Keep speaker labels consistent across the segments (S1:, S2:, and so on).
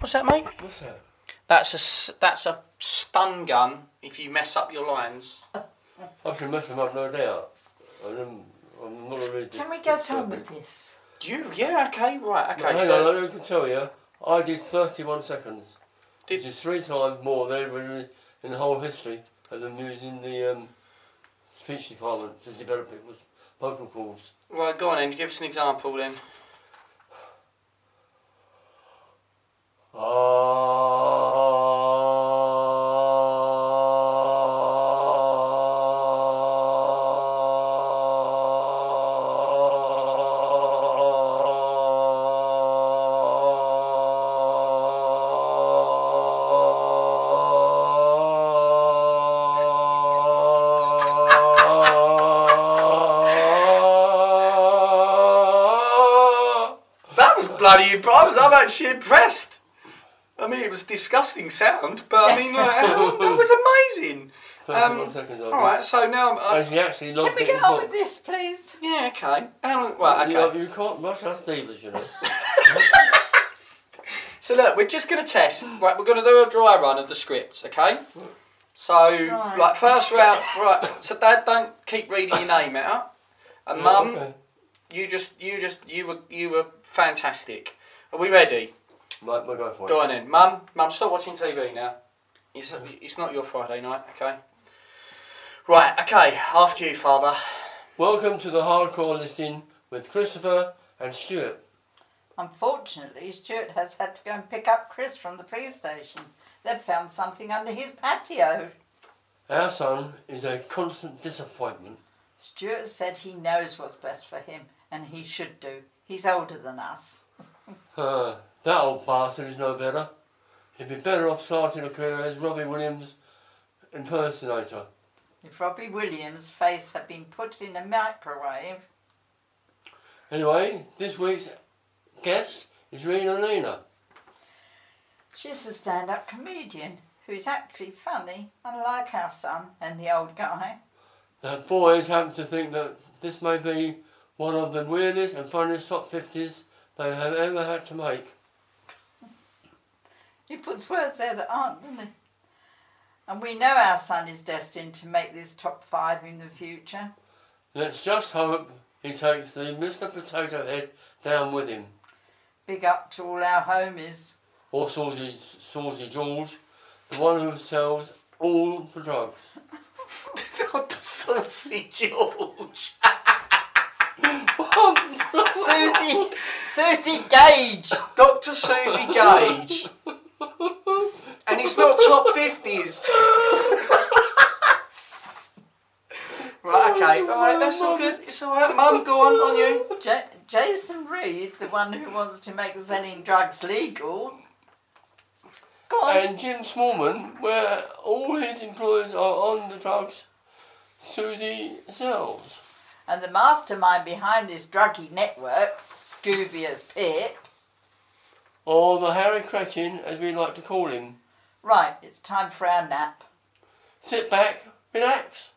S1: What's that, mate?
S2: What's that?
S1: That's a s- that's a stun gun. If you mess up your lines,
S2: I can mess them up, no doubt. And I'm, I'm not really.
S3: Can we get on with this?
S1: you yeah okay right okay.
S2: Hang
S1: so
S2: on, I can tell you, I did 31 seconds, which is three times more than everyone in- in the whole history of them using the um, speech department to develop people's vocal cords.
S1: right, go on then. Give us an example then. That was bloody. I was I'm actually impressed. I mean, it was disgusting sound, but I mean, like, that was amazing.
S2: 31
S1: Um,
S2: seconds. I
S1: All
S2: did.
S1: right, so now,
S2: And
S1: uh,
S2: she actually
S3: Can
S2: logged
S3: we
S2: it in
S3: get on
S2: book.
S3: with this, please?
S1: yeah, okay. How long? Well, okay.
S2: You, you can't rush us dealers, you know.
S1: So look, we're just going to test. Right, we're going to do a dry run of the script, okay? So, like first round, right? So Dad, don't keep reading your name out. And Mum,
S2: okay.
S1: you just, you just, you were, you were fantastic. Are we ready?
S2: Right, we'll go for it.
S1: Go on then, Mum. Mum, stop watching TV now. It's, it's not your Friday night, okay? Right, okay. After you, Father.
S2: Welcome to the hardcore listing with Christopher and Stuart.
S3: Unfortunately, Stuart has had to go and pick up Chris from the police station. They've found something under his patio.
S2: Our son is a constant disappointment.
S3: Stuart said he knows what's best for him, and he should do. He's older than us.
S2: Uh, that old bastard is no better. He'd be better off starting a career as Robbie Williams impersonator.
S3: If Robbie Williams' face had been put in a microwave,
S2: Anyway, this week's guest is Rena Lena.
S3: she's a stand up comedian who's actually funny, unlike our son and the old guy.
S2: The boys happen to think that this may be one of the weirdest and funniest top 50s they have ever had to make.
S3: He puts words there that aren't, doesn't he? And we know our son is destined to make this top five in the future.
S2: Let's just hope he takes the Mr. Potato Head down with him.
S3: Big up to all our homies.
S2: or Saucy, Saucy George, the one who sells all the drugs.
S1: Saucy George.
S3: Susie, Susie Gage.
S1: Dr. Susie Gage. and it's not top 50s. right, okay, alright, that's all good. It's alright, Mum, go on, on you.
S3: Ja- Jason Reed, the one who wants to make selling drugs legal. Go on.
S2: And Jim Smallman, where all his employers are on the drugs Susie sells.
S3: And the mastermind behind this druggy network, Scooby as Pip.
S2: Or the Harry Cretin, as we like to call him.
S3: Right, it's time for our nap.
S2: Sit back, relax.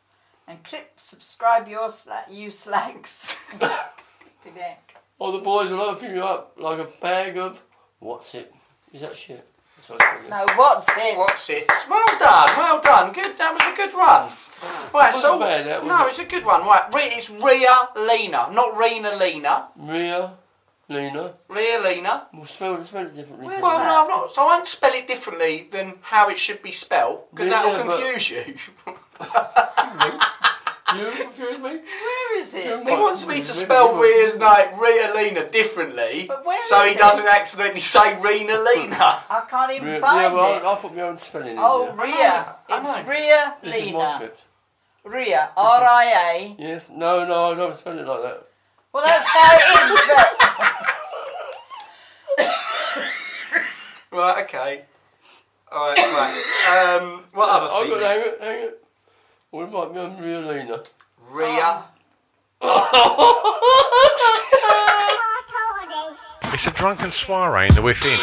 S3: And click subscribe your sla- you slags. Good night.
S2: Or the boys will open you up like a bag of what's it? Is that shit? That's what I call it.
S3: No, what's it?
S1: What's it? Well done, well done. Good, that was a good run. Right, so.
S2: Ah, Wasn't bad, that, was
S1: no,
S2: it?
S1: it's a good one. Right, Re- it's Ria Lena, not Rena Lena.
S2: Rhea Lena.
S1: Riolina.
S2: Well, spell it, spell it differently.
S3: Where's
S1: Well,
S2: Phil.
S3: that?
S1: Oh, no, I've not. I won't spell it differently than how it should be spelled because
S2: Yeah,
S1: that'll
S2: but-
S1: confuse you.
S2: Do you confuse me?
S3: Where is it?
S2: Don't-
S1: he wants me to spell Ria's name, Riolina, differently
S3: But where
S1: so
S3: is
S1: he
S3: it?
S1: doesn't accidentally say Rina Lina.
S3: I can't even
S2: Yeah,
S3: find
S2: yeah, well,
S3: it.
S2: I, I put my own spelling in
S3: oh,
S2: there.
S3: Ria.
S1: I know.
S3: It's Ria
S2: This is my
S3: Lina.
S2: script.
S3: Ria. R I A.
S2: Yes, no, no, I don't spell it like that.
S3: Well, that's how it is. but-
S1: Right, okay. Alright, right. Um, what
S2: I've
S1: other
S2: got,
S1: things?
S2: hang it, hang it. Or it might be on Riolina.
S3: Oh.
S1: Ria.
S4: It's a drunken soiree in the within.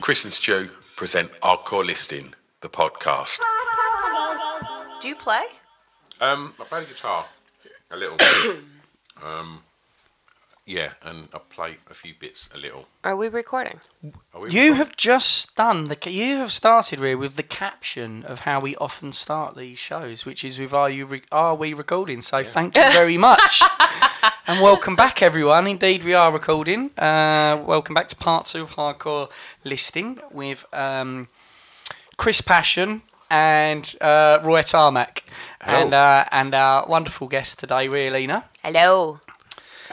S5: Chris and Stu present our core listing, the podcast.
S6: Do you play?
S5: Um, I play the guitar a little bit. um, yeah, and I play a few bits a little.
S6: Are we recording?
S5: Are we
S1: You have just done the. ca- You have started Ria with the caption of how we often start these shows, which is with "Are you? Re- are we recording?" So thank you very much, and welcome back, everyone. Indeed, we are recording. Uh, welcome back to part two of Hardcore Listing with um, Chris Passion and uh, Roy Tarmac, and uh, and our wonderful guest today, Rialina.
S6: Hello.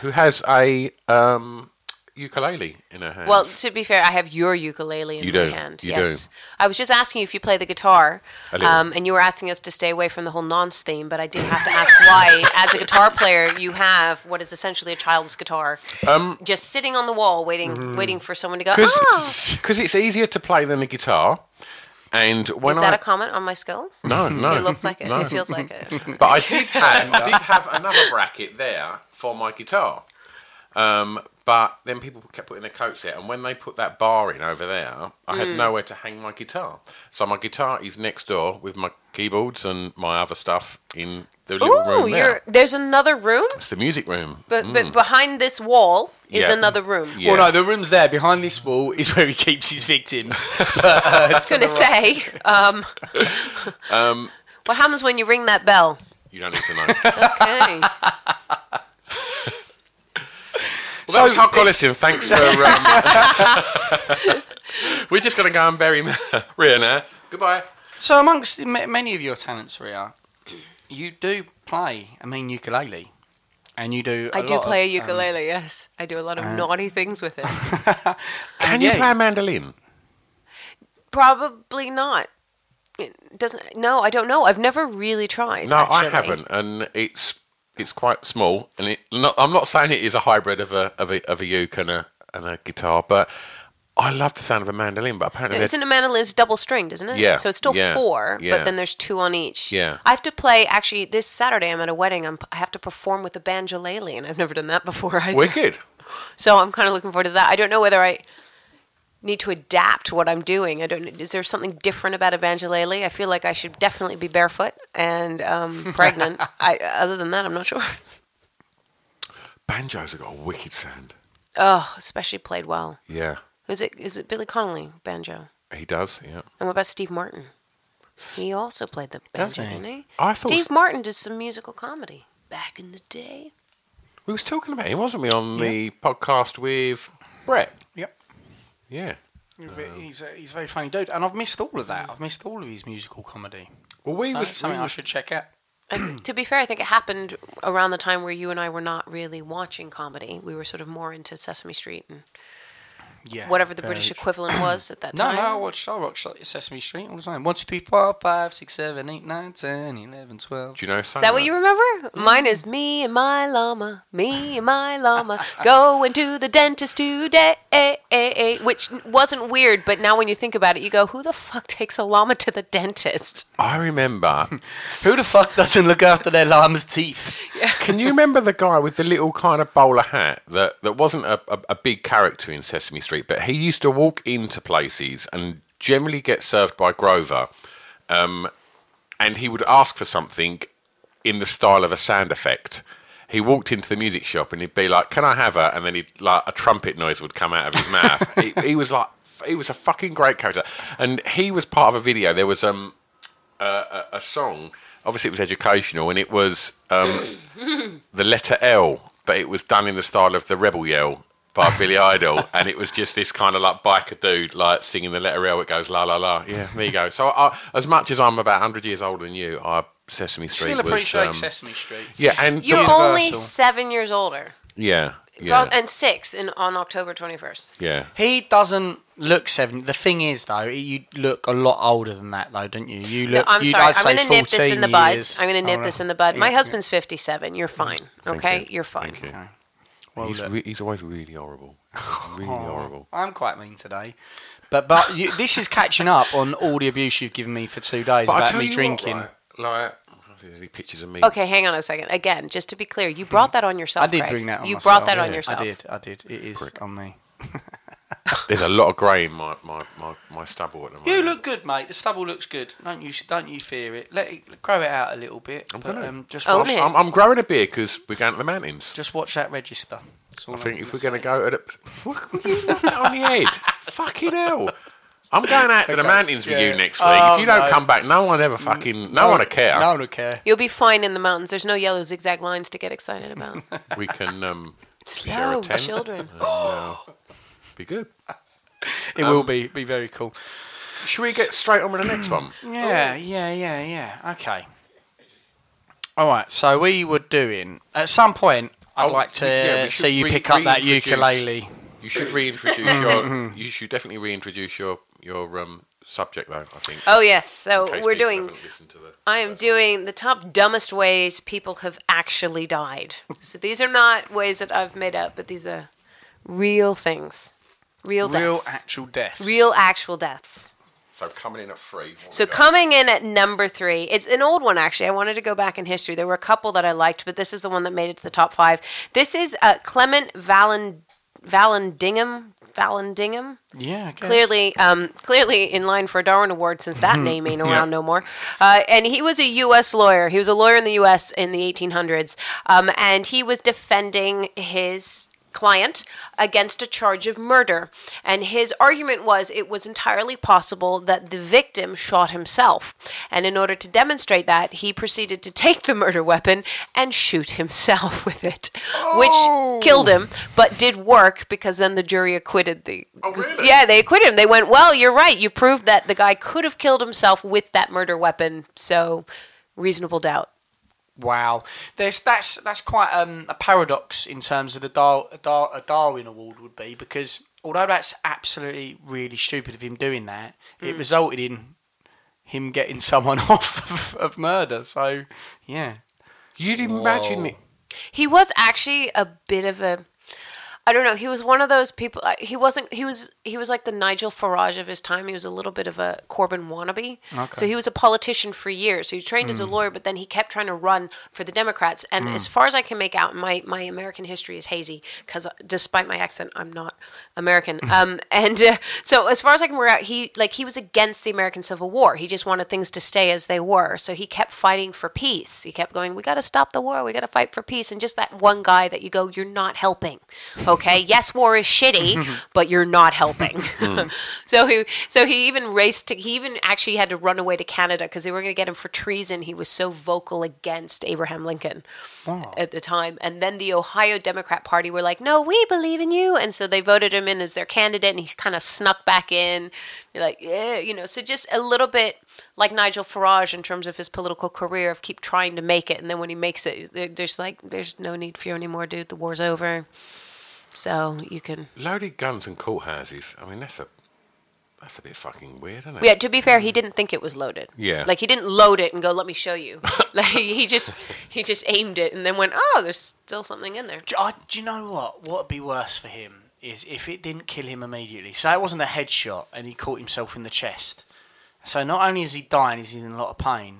S5: Who has a um, ukulele in her hand?
S6: Well, to be fair, I have your ukulele in
S5: You
S6: my
S5: do.
S6: hand.
S5: You
S6: yes.
S5: do.
S6: I was just asking you if you play the guitar, um,
S5: A little.
S6: and you were asking us to stay away from the whole nonce theme. But I did have to ask why, as a guitar player, you have what is essentially a child's guitar, um, just sitting on the wall, waiting,
S5: Mm-hmm.
S6: waiting for someone to go.
S5: Because
S6: Oh,
S5: it's easier to play than a guitar. And when
S6: is that
S5: I
S6: a comment on my skills?
S5: no no
S6: It looks like it.
S5: no.
S6: It feels like it.
S5: But I did have I did have another bracket there for my guitar. Um, but then people kept putting their coats out, and when they put that bar in over there, I
S6: Mm.
S5: had nowhere to hang my guitar. So my guitar is next door with my keyboards and my other stuff in the little
S6: Ooh,
S5: room there.
S6: you're, there's another room,
S5: It's the music room.
S6: but but behind this wall is
S5: Yeah.
S6: another room.
S5: Yeah.
S1: Well, no, the room's there behind this wall is where he keeps his victims.
S6: I was going to say, um,
S5: Um,
S6: what happens when you ring that bell?
S5: You don't need to know. well,
S6: Okay.
S5: that was hot Collison. Thanks for. Um, we're just going to go and bury Ria now. Goodbye.
S1: So, amongst the ma- many of your talents, Ria, you do play. I mean, ukulele, and you do. I
S6: I do play a ukulele, yes. I do a lot of naughty things with it.
S5: Can
S1: yeah.
S5: you play a mandolin?
S6: Probably not. It doesn't. No, I don't know. I've never really tried.
S5: No, I
S6: actually.
S5: haven't, and it's it's quite small, and it. Not, I'm not saying it is a hybrid of a of a of a uke and a and a guitar, but I love the sound of a mandolin. But apparently,
S6: Isn't
S5: they're-
S6: a mandolin's double stringed, isn't it?
S5: Yeah,
S6: So it's still
S5: yeah,
S6: four,
S5: yeah.
S6: but then there's two on each.
S5: Yeah.
S6: I have to play. Actually, this Saturday I'm at a wedding. I'm, I have to perform with a banjolele, and I've never done that before. Either.
S5: wicked.
S6: So I'm kind of looking forward to that. I don't know whether I need to adapt what I'm doing. I don't. Is there something different about evangelele? I feel like I should definitely be barefoot and um, pregnant. I, other than that, I'm not sure.
S5: Banjos have got a wicked sound.
S6: Oh, especially played well.
S5: Yeah,
S6: Is it? Is it Billy Connolly banjo?
S5: he does. Yeah,
S6: And what about Steve Martin? He also played the banjo,
S1: he?
S6: didn't he?
S5: I thought
S6: Steve Martin did some musical comedy back in the day.
S5: we was talking about him, wasn't we, on the podcast with Brett?
S1: Yep.
S5: Yeah.
S1: He's a, he's a very funny dude, and I've missed all of that. I've missed all of his musical comedy.
S5: Well, we
S1: So
S5: was
S1: That's something
S5: we
S1: I
S5: was-
S1: should check out.
S6: I- to be fair, I think it happened around the time where you and I were not really watching comedy. We were sort of more into Sesame Street and
S1: Yeah.
S6: whatever the
S1: very
S6: British
S1: true.
S6: equivalent was at that
S1: No,
S6: time.
S1: no, I watched, I watched like, Sesame Street all the time. 1, 2, 3, 4, 5, 6, 7, 8, 9, 10, 11, 12.
S5: Do you know?
S6: Is that what you remember? Mine is me and my llama, me and my llama, going to the dentist today. Which wasn't weird, but now when you think about it, you go, who the fuck takes a llama to the dentist?
S5: I remember.
S1: Who the fuck doesn't look after their llama's teeth?
S5: Can you remember the guy with the little kind of bowler hat that, that wasn't a, a, a big character in Sesame Street, but he used to walk into places and generally get served by Grover, um, and he would ask for something in the style of a sound effect. He walked into the music shop and he'd be like, "Can I have her?" And then he'd like a trumpet noise would come out of his mouth. he, he was like, he was a fucking great character, and he was part of a video. There was um uh, a, a song. Obviously, it was educational, and it was um, the letter L, but it was done in the style of the Rebel Yell by Billy Idol, and it was just this kind of like biker dude like singing the letter L. It goes la la la. Yeah, there you go. So, I, as much as I'm about 100 years older than you, I Sesame Street
S1: Still
S5: was,
S1: appreciate
S5: um,
S1: Sesame Street.
S5: Yeah, and
S6: You're
S5: the-
S6: only
S1: Universal.
S6: seven years older,
S5: yeah,
S6: Well,
S5: yeah,
S6: and six in on October 21st.
S5: yeah.
S1: He doesn't look seven. The thing is, though, you look a lot older than that, though, don't you? You
S6: No,
S1: look.
S6: I'm
S1: you'd,
S6: sorry.
S1: I'd
S6: I'm
S1: say
S6: going to nip this in the
S1: 14
S6: bud.
S1: years.
S6: I'm going to nip
S1: Oh,
S6: this
S1: no.
S6: in the bud. My
S1: Yeah, Mm-hmm.
S6: husband's 57. You're fine. Okay,
S5: you.
S6: you. are fine.
S5: Thank you.
S1: Well,
S5: he's,
S1: look.
S5: re- he's always really horrible. Really horrible.
S1: I'm quite mean today. But but you, this is catching up on all the abuse you've given me for two days about me drinking.
S5: like, there's any pictures of me.
S6: Okay, hang on a second. Again, just to be clear, you brought that on yourself.
S1: I did
S6: Greg.
S1: bring that on
S6: You
S1: myself.
S6: brought that on
S5: yeah.
S6: yourself.
S1: I did. I did. It is on me.
S5: There's a lot of grey in my, my, my, my stubble at the moment.
S1: You look good, mate. The stubble looks good. Don't you don't you fear it? Let it grow it out a little bit. I'm
S5: gonna.
S1: um, just
S6: Own
S1: watch,
S6: it.
S5: I'm, I'm growing a beard because we're going to the mountains.
S1: just watch that register. That's all
S5: I think
S1: I'm
S5: if
S1: gonna
S5: we're going to go to the. What were you knocking on the head? Fucking hell. I'm going out to the mountains with you
S1: yeah.
S5: next week. if you don't come back, no one ever fucking. No,
S1: say.
S5: one will care.
S1: No one will care.
S6: You'll be fine in the mountains. There's no yellow zigzag lines to get excited about.
S5: We can um, share
S6: Slow,
S5: a tent. uh,
S6: children.
S5: Be good.
S1: It
S5: Um,
S1: will be be very cool.
S5: Should we get straight on with the next one? Oh.
S1: Yeah, yeah, yeah, yeah. Okay. All right. So we were doing at some point. I'd
S5: Oh,
S1: like to
S5: yeah, we should
S1: see you
S5: re-
S1: pick up that
S5: reintroduce-
S1: ukulele.
S5: You should reintroduce your. You should definitely reintroduce your your um, subject though. I think.
S6: Oh yes. So
S5: in case
S6: we're
S5: people
S6: doing.
S5: haven't listened to the-
S6: I am doing the top dumbest ways people have actually died. So these are not ways that I've made up, but these are real things, real
S1: Real
S6: deaths,
S1: actual deaths.
S6: real actual deaths.
S5: So coming in at three. what
S6: So
S5: we got?
S6: coming in at number three, it's an old one actually. I wanted to go back in history. There were a couple that I liked, but this is the one that made it to the top five. This is uh, Clement Valen Vallandigham. Vallandigham,
S1: Yeah. I guess.
S6: clearly, um, clearly in line for a Darwin Award since that name ain't around no more. Uh, and he was a U.S. lawyer. He was a lawyer in the U.S. in the 1800s, um, and he was defending his client against a charge of murder. And his argument was it was entirely possible that the victim shot himself. And in order to demonstrate that, he proceeded to take the murder weapon and shoot himself with it, which killed him, but did work because then the jury acquitted the. Oh, really? Yeah, they acquitted him. They went, well, you're right. You proved that the guy could have killed himself with that murder weapon. So, reasonable doubt.
S1: Wow, there's that's that's quite um, a paradox in terms of the Dar- a Dar- a Darwin Award would be because although that's absolutely really stupid of him doing that,
S6: Hmm.
S1: it resulted in him getting someone off of, of murder. So yeah,
S5: You'd imagine it.
S6: He was actually a bit of a I don't know, he was one of those people I- he wasn't he was he was like the Nigel Farage of his time. He was a little bit of a Corbyn wannabe. So he was a politician for years. So he trained as a lawyer, but then he kept trying to run for the Democrats. And as far as I can make out, my my American history is hazy cuz despite my accent, I'm not American. um and uh, so as far as I can work out, he like he was against the American Civil War. He just wanted things to stay as they were. So he kept fighting for peace. He kept going, "We got to stop the war. We got to fight for peace." And just that one guy that you go, "You're not helping." Okay? yes, war is shitty, but you're not helping. so he so he even raced to he even actually had to run away to Canada cuz they were going to get him for treason. He was so vocal against Abraham Lincoln at the time. And then the Ohio Democrat Party were like, no, we believe in you. And so they voted him in as their candidate, and he kind of snuck back in. You're like, yeah, you know, so just a little bit like Nigel Farage in terms of his political career of keep trying to make it. And then when he makes it, they're they're just like, there's no need for you anymore, dude. The war's over. So you can.
S5: Loaded guns and courthouses. I mean, that's a that's a bit fucking weird, isn't it?
S6: Yeah, to be fair, he didn't think it was loaded.
S5: Yeah.
S6: Like he didn't load it and go, "Let me show you." like he just he just aimed it and then went, "Oh, there's still something in there."
S1: do, I, do you know what? What would be worse for him is if it didn't kill him immediately. So it wasn't a headshot, and he caught himself in the chest. So not only is he dying, he's in a lot of pain.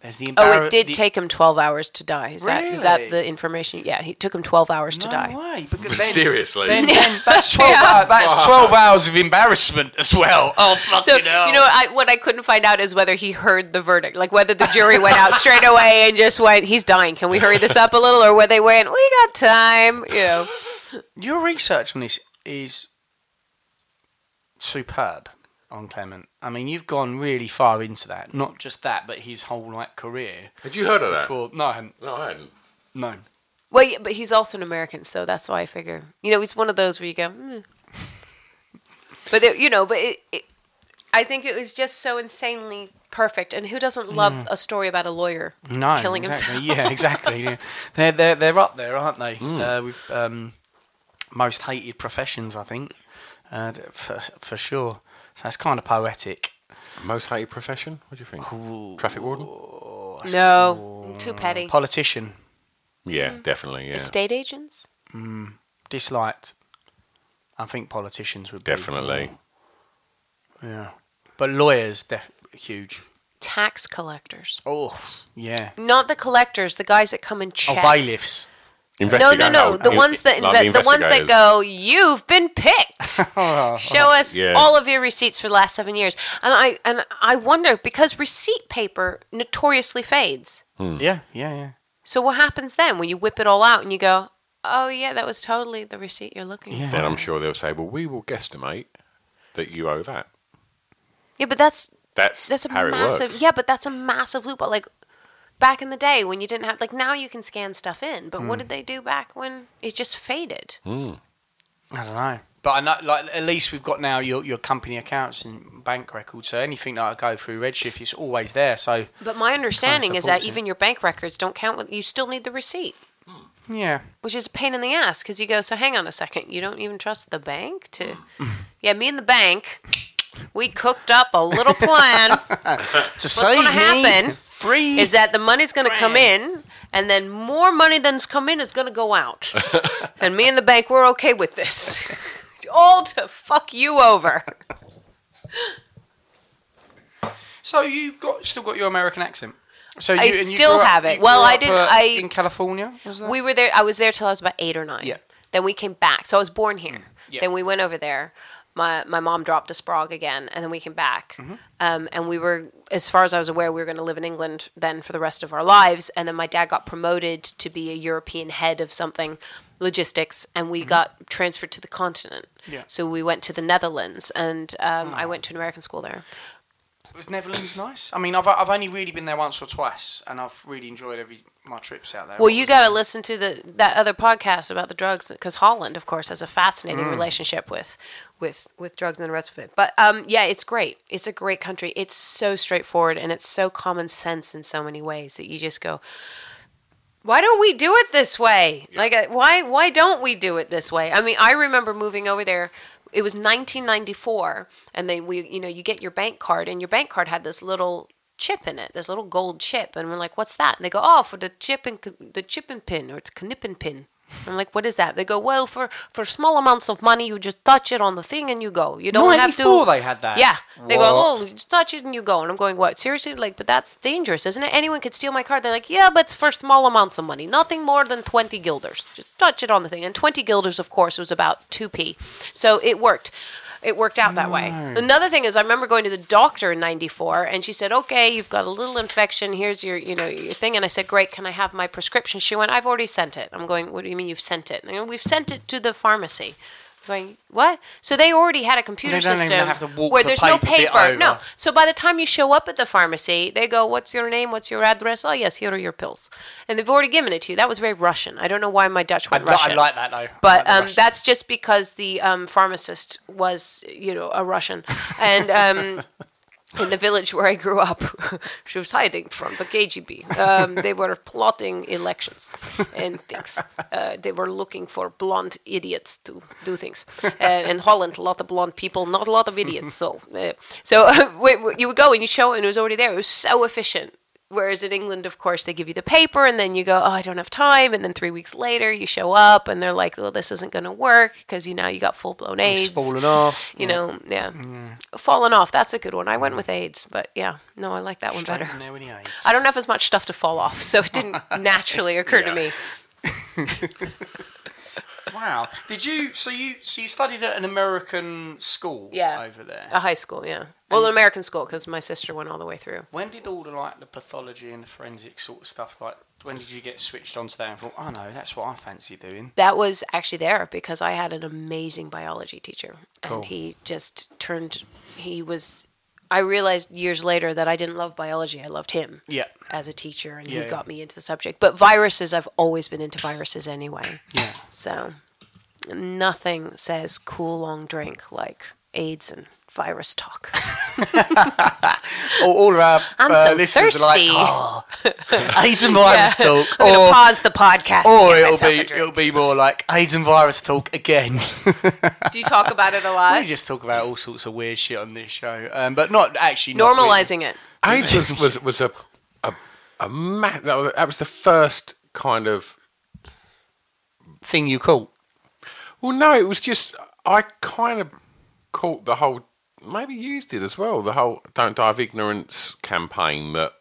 S1: There's the
S6: Oh,
S1: embarra-
S6: it did
S1: the-
S6: take him 12 hours to die. Is, that,
S1: Really?
S6: is that the information? Yeah, he took him 12 hours to
S1: no
S6: die.
S1: way, because then-
S5: Seriously.
S1: then, then that's twelve. hours, that's twelve hours of embarrassment as well. Oh fucking
S6: So, you
S1: hell!
S6: know, I, what I couldn't find out is whether he heard the verdict, like whether the jury went out straight away and just went, he's dying. Can we hurry this up a little? Or whether they went, we got time, you know.
S1: your research on this is superb. I on Clement. I mean, you've gone really far into that. Not just that, but his whole like career.
S5: Had you heard of that?
S1: For no, I hadn't.
S5: No, I hadn't.
S1: no.
S6: Well, yeah, but he's also an American, so that's why I figure. You know, he's one of those where you go, mm. but it, you know, but it, it, I think it was just so insanely perfect. And who doesn't love a story about a lawyer
S1: No,
S6: killing
S1: exactly.
S6: himself?
S1: Yeah, exactly. Yeah. They're they're they're up there, aren't they? Uh, with um, most hated professions, I think, uh, d- for for sure. So that's kind of poetic.
S5: Most hated profession? What do you think? Traffic warden?
S6: No, too petty.
S1: Politician
S5: Yeah, definitely. Yeah,
S6: Estate agents.
S1: disliked. I think politicians would be.
S5: definitely.
S1: Yeah, but lawyers def- huge.
S6: Tax collectors.
S1: Oh yeah.
S6: Not the collectors, the guys that come and check.
S1: Oh bailiffs.
S6: No, no, no. The ones that
S5: like
S6: inve- the ones that
S5: investigators.
S6: go, you've been picked. Show us
S5: Yeah.
S6: all of your receipts for the last seven years. And I and I wonder because receipt paper notoriously fades.
S1: Yeah, yeah, yeah.
S6: So what happens then when you whip it all out and you go, oh yeah, that was totally the receipt you're looking for.
S5: Then I'm sure they'll say, "Well, we will guesstimate that you owe that."
S6: Yeah, but that's
S5: That's
S6: that's a
S5: how it
S6: massive.
S5: works.
S6: Yeah, but that's a massive loophole. Like back in the day when you didn't have like now you can scan stuff in, but
S5: Mm.
S6: what did they do back when it just faded?
S1: I don't know. But I know, like, at least we've got now your, your company accounts and bank records. So anything that I go through Redshift is always there. So
S6: But my understanding is that
S1: supports it.
S6: even your bank records don't count. With, you still need the receipt.
S1: yeah,
S6: which is a pain in the ass because you go, so hang on a second, you don't even trust the bank to.
S5: Mm.
S6: yeah, me and the bank, we cooked up a little plan.
S1: to
S6: What's
S1: save
S6: going to
S1: me
S6: happen
S1: free
S6: is that the money's going to come in, and then more money than's come in is going to go out. and me and the bank, we're okay with this. All to fuck you over.
S1: So you've got still got your American accent. So you,
S6: I
S1: and you
S6: still
S1: grew up-
S6: have it.
S1: you
S6: Well,
S1: grew
S6: I
S1: up,
S6: didn't-
S1: uh,
S6: I-
S1: in California. Was that?
S6: We were there. I was there till I was about eight or nine.
S1: Yeah. Mm-hmm.
S6: Then we came back. So I was born here.
S1: Yeah.
S6: Then we went over there. My my mom dropped us Prague again, and then we came back.
S1: Mm-hmm.
S6: Um, and we were, as far as I was aware, we were going to live in England then for the rest of our lives. And then my dad got promoted to be a European head of something, logistics, and we got transferred to the continent.
S1: Mm-hmm. Yeah. Ah.
S6: So we went to the Netherlands, and um, I went to an American school there.
S1: was Netherlands nice? I mean, I've I've only really been there once or twice, and I've really enjoyed every my trips out there.
S6: Well, you got to listen to the that other podcast about the drugs because Holland, of course, has a fascinating relationship with with with drugs and the rest of it. But um, yeah, it's great. It's a great country. It's so straightforward and it's so common sense in so many ways that you just go, why don't we do it this way? Like, uh, why why don't we do it this way? I mean, I remember moving over there. It was 1994, and they we you know you get your bank card, and your bank card had this little chip in it, this little gold chip, and we're like, what's that? And they go, oh, for the chip and c- the chip and pin, or it's knippin pin. I'm like, what is that? They go, well, for for small amounts of money, you just touch it on the thing and you go. You don't have to.
S1: 94 they had that?
S6: Yeah, they go,
S1: What?
S6: oh, you just touch it and you go. And I'm going, what? Seriously? Like, but that's dangerous, isn't it? Anyone could steal my card. They're like, yeah, but it's for small amounts of money. Nothing more than 20 guilders. Just touch it on the thing. And 20 guilders, of course, was about 2p. So it worked. It worked out that way. Another thing is, I remember going to the doctor in '94, and she said, "Okay, you've got a little infection. Here's your, you know, your thing." And I said, "Great, can I have my prescription?" She went, "I've already sent it." I'm going, "What do you mean you've sent it?" And they go, We've sent it to the pharmacy going what so they already had a computer
S1: They don't even
S6: system
S1: have to walk
S6: where
S1: the
S6: there's no
S1: paper bit
S6: paper no
S1: over.
S6: so by the time you show up at the pharmacy they go what's your name what's your address oh yes here are your pills and they've already given it to you that was very russian i don't know why my dutch
S1: I,
S6: went russian
S1: I like that though. I like
S6: but
S1: the
S6: um,
S1: Russian.
S6: that's just because the um, pharmacist was, you know, a Russian, and um, in the village where I grew up, she was hiding from the KGB. Um, they were plotting elections and things. Uh, they were looking for blonde idiots to do things. Uh, in Holland, a lot of blonde people, not a lot of idiots. So, uh, so we- we- you would go and you show, it and it was already there. It was so efficient. Whereas in England, of course, they give you the paper and then you go, oh, I don't have time. And then three weeks later, you show up and they're like, well, this isn't going to work because you now you got full blown AIDS.
S1: it's fallen off.
S6: You know, yeah.
S1: Mm.
S6: Fallen off, that's a good one. I went with AIDS, but yeah, no, I like that one better.
S1: Straighten there with the AIDS.
S6: I don't have as much stuff to fall off, so it didn't naturally occur to me.
S1: Wow. Did you? So you? So you studied at an American school?
S6: Yeah.
S1: Over there.
S6: A high school, yeah. Well, an American school because my sister went all the way through.
S1: When did all the like the pathology and the forensic sort of stuff like When did you get switched onto that and thought, oh no, that's what I fancy doing?
S6: That was actually there because I had an amazing biology teacher, and
S1: Cool.
S6: he just turned. He was. I realized years later that I didn't love biology. I loved him
S1: Yeah.
S6: as a teacher, and
S1: Yeah,
S6: he
S1: yeah.
S6: got me into the subject. But viruses, I've always been into viruses anyway.
S1: Yeah.
S6: So nothing says cool long drink like AIDS and virus talk.
S1: All, all of our
S6: I'm
S1: uh,
S6: so
S1: listeners
S6: thirsty.
S1: are like, oh, AIDS and virus talk.
S6: I'm gonna
S1: Or,
S6: pause the podcast. and
S1: or
S6: get
S1: it'll
S6: myself a
S1: be
S6: drink.
S1: it'll be more like AIDS and virus talk again.
S6: Do you talk about it a
S1: we
S6: lot?
S1: just talk about all sorts of weird shit on this show, um, but not actually not really. Oh.
S6: Normalizing it.
S5: AIDS was, was, was a, a, a ma- that was- that was the first kind of.
S1: thing you call.
S5: Well, no, it was just. I kind of caught the whole. Maybe used it as well. The whole Don't Die of Ignorance campaign that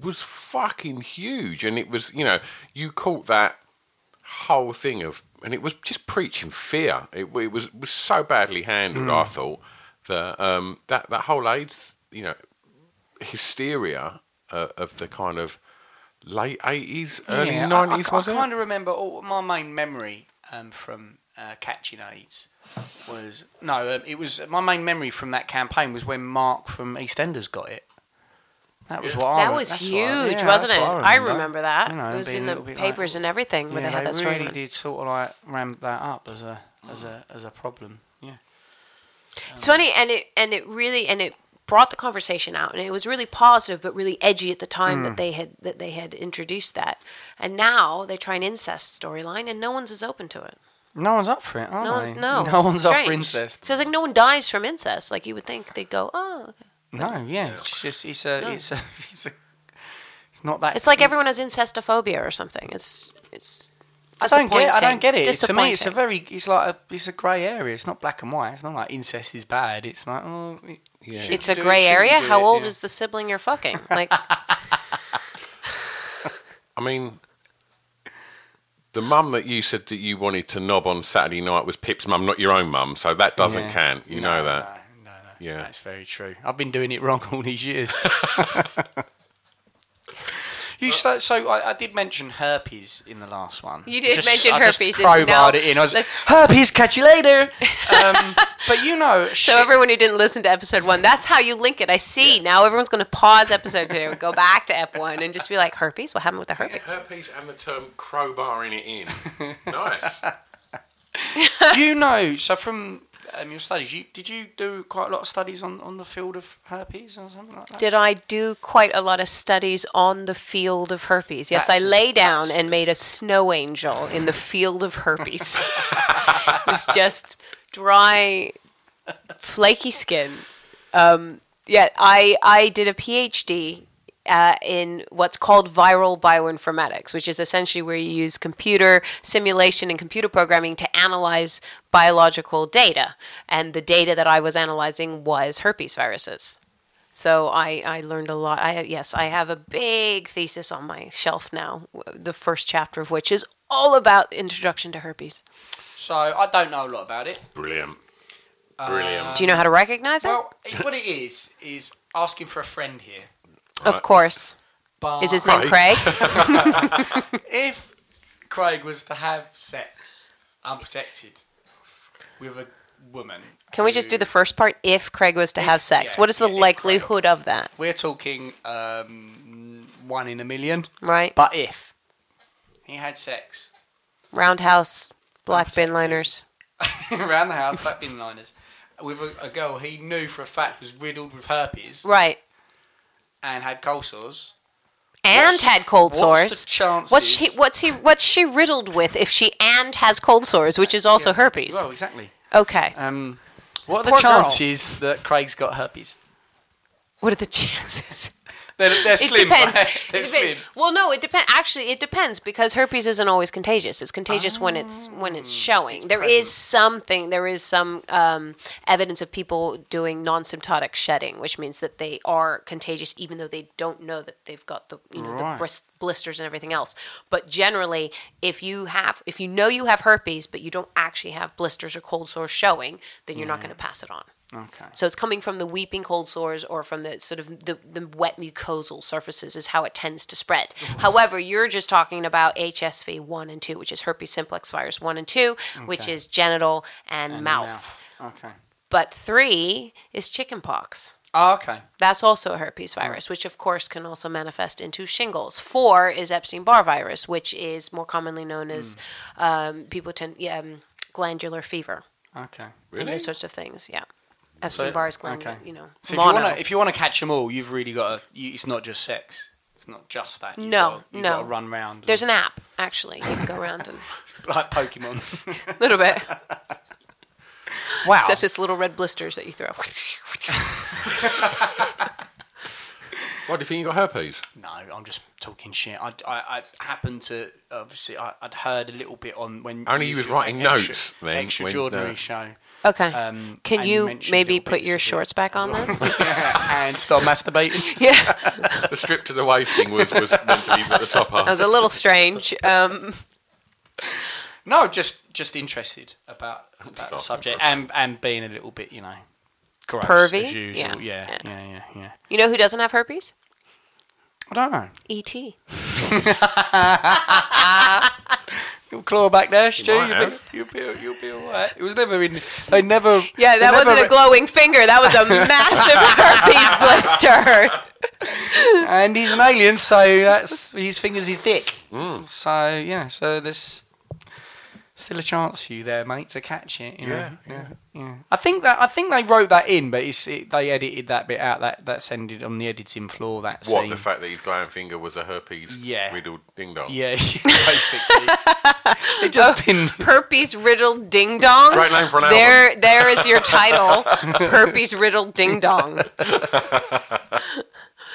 S5: was fucking huge. And it was, you know, you caught that whole thing of. And it was just preaching fear. It, it was was so badly handled, I
S1: Hmm.
S5: thought, that, um, that, that whole AIDS, you know, hysteria uh, of the kind of late 80s, early
S1: Yeah, I-
S5: 90s,
S1: I,
S5: was
S1: I,
S5: it?
S1: kind of remember all, my main memory um, from uh, catching AIDS was no, um, it was my main memory from that campaign was when Mark from EastEnders got it. That was what I
S6: That
S1: rem-
S6: was
S1: that's what I-
S6: huge,
S1: yeah,
S6: wasn't it?
S1: that's
S6: I
S1: what
S6: remember, that.
S1: You know,
S6: it was
S1: being
S6: in
S1: a
S6: the
S1: little bit like-
S6: papers and everything when
S1: yeah,
S6: they had that story.
S1: really did sort of like ramp that up as a as a as a problem. Yeah.
S6: It's funny, and it and it really and it brought the conversation out, and it was really positive, but really edgy at the time
S1: Hmm.
S6: that they had that they had introduced that, and now they try an incest storyline, and no one's as open to it.
S1: No one's up for it, are
S6: No
S1: they?
S6: one's
S1: No
S6: no. it's
S1: one's up for
S6: strange.
S1: incest.
S6: So it's like no one dies from incest. Like you would think they'd go, oh, okay.
S1: No, yeah. It's just it's a it's a it's a it's not that
S6: it's like everyone has incestophobia or something. It's it's.
S1: I don't get. I don't get it.
S6: It's
S1: To me, it's a
S6: disappointing.
S1: very. It's like a. It's a grey area. It's not black and white. It's not like incest is bad. It's like oh. it- should
S6: It's
S1: you
S6: a
S1: do it?
S6: gray
S1: Shouldn't you
S6: area.
S1: do
S6: How
S1: it?
S6: old
S1: Yeah.
S6: is the sibling you're fucking? Like,
S5: I mean, the mum that you said that you wanted to knob on Saturday night was Pip's mum, not your own mum. So that doesn't
S1: Yeah.
S5: count. You know that.
S1: No, no, no.
S5: Yeah.
S1: That's very true. I've been doing it wrong all these years. You so, so I, I did mention herpes in the last one.
S6: You did
S1: Just-
S6: mention
S1: I
S6: herpes,
S1: Just
S6: and
S1: crowbarred
S6: now
S1: it in. I was
S6: let's-
S1: herpes. Catch you later. Um, but you know,
S6: so everyone who didn't listen to episode one, that's how you link it. I see. Now everyone's going to pause episode two and go back to ep one and just be like, herpes? What happened with the herpes?
S5: Herpes and the term crowbarring it in. nice.
S1: you know, so from um, your studies, you did you do quite a lot of studies on, on the field of herpes or something like that?
S6: Did I do quite a lot of studies on the field of herpes? Yes,
S1: That's-
S6: I lay down
S1: that's-
S6: and made a snow angel in the field of herpes. it was just dry, flaky skin. Um, yeah, I, I did a PhD uh, in what's called viral bioinformatics, which is essentially where you use computer simulation and computer programming to analyze biological data. And the data that I was analyzing was herpes viruses. So I, I learned a lot. I yes, I have a big thesis on my shelf now. w- The first chapter of which is all about introduction to herpes.
S1: So I don't know a lot about it.
S5: Brilliant. Brilliant.
S1: Uh,
S6: Do you know how to recognize it?
S1: Well, it- what it is is asking for a friend here. uh,
S6: of course.
S1: But
S6: Is his name Craig?
S1: if Craig was to have sex unprotected with a woman,
S6: Can we just do the first part? If Craig was to have sex,
S1: yeah,
S6: what is the
S1: yeah, if
S6: likelihood of that?
S1: we're talking um, one in a million.
S6: Right?
S1: But if he had sex
S6: Roundhouse, black bin liners.
S1: around the house, back bin liners, with a, a girl he knew for a fact was riddled with herpes
S6: Right.
S1: and had cold sores,
S6: And
S1: What's-
S6: had cold
S1: what's
S6: sores.
S1: the chances-
S6: What's she? What's he? What's she riddled with? If she and has cold sores, which is also herpes.
S1: well, exactly.
S6: Okay.
S1: Um, what are the
S6: poor girl.
S1: chances that Craig's got herpes?
S6: What are the chances?
S1: They're, they're slim.
S6: it depends.
S1: Right?
S6: It
S1: They're
S6: depends.
S1: slim.
S6: Well, no, it depends. Actually, it depends because herpes isn't always contagious. It's contagious when it's when
S1: Ah,
S6: it's showing. There is something. There is some um, evidence of people doing non-symptotic shedding, which means that they are contagious, even though they don't know that they've got the you know the bris- blisters and everything else. But generally, if you have, if you know you have herpes, but you don't actually have blisters or cold sores showing, then you're not going to pass it on.
S1: Okay.
S6: So it's coming from the weeping cold sores or from the sort of the, the wet mucosal surfaces is how it tends to spread.
S1: Mm-hmm.
S6: However, you're just talking about HSV 1 and 2, which is herpes simplex virus 1 and 2, which is genital and,
S1: And the
S6: mouth.
S1: Okay.
S6: But 3 is chickenpox.
S1: Oh, okay.
S6: That's also a herpes virus, which of course can also manifest into shingles. Four is Epstein Barr virus, which is more commonly
S1: Mm.
S6: known as um, people tend yeah, um, glandular fever
S1: Okay.
S6: and those sorts of things. Yeah, Epstein Barr is glandular.
S1: okay.
S6: You know,
S1: So if you
S6: mono.
S1: want to, if you want to catch them all, you've really got to. You, it's not just sex. It's not just that. You've
S6: No,
S1: gotta, you've
S6: no.
S1: Got to run round.
S6: There's an app actually you can go around and
S1: like Pokemon.
S6: a little bit,
S1: wow.
S6: except it's little red blisters that you throw.
S5: Why do you think you got herpes?
S1: No, I'm just talking shit. I, I, I happened to obviously I, I'd heard a little bit on when
S5: Only you was
S1: did
S5: writing
S1: that extra-
S5: notes then,
S1: Extra
S5: when,
S1: extraordinary
S5: uh,
S1: show.
S6: okay,
S1: Um,
S6: can
S1: and
S6: you
S1: mentioned
S6: maybe
S1: little
S6: put
S1: bits
S6: your
S1: of it
S6: shorts back
S1: as
S6: on
S1: well.
S6: then?
S1: and start masturbating.
S6: yeah.
S5: The strip to the waist thing was, was meant to be at the top half.
S6: That was a little strange. Um,
S1: No, just just interested about about the
S5: Starting
S1: subject and and being a little bit you know gross
S6: Pervy?
S1: as usual.
S6: Yeah.
S1: Yeah, yeah, yeah, yeah.
S6: you know who doesn't have herpes?
S1: I don't know.
S6: E.T.
S1: You'll claw back there, Stu.
S5: might
S1: You'll be,
S5: have.
S1: you'll be you'll be all right. It was never in. They never.
S6: Yeah,
S1: they
S6: that
S1: never
S6: wasn't a
S1: re-
S6: glowing finger. That was a massive herpes blister.
S1: And he's an alien, so that's his fingers his dick.
S5: Mm.
S1: So yeah, so there's still a chance you there, mate, to catch it. You know?
S5: Yeah, yeah.
S1: yeah. I think that I think they wrote that in, but it's it, they edited that bit out. That that's ended on the editing floor. That
S5: What,
S1: scene.
S5: the fact that his glam finger was a herpes
S1: Yeah.
S5: riddled ding dong?
S1: Yeah, basically. it
S6: Oh.
S1: just didn't.
S6: herpes riddled ding dong.
S5: Great name for an
S6: there, there is your title. herpes riddled ding dong.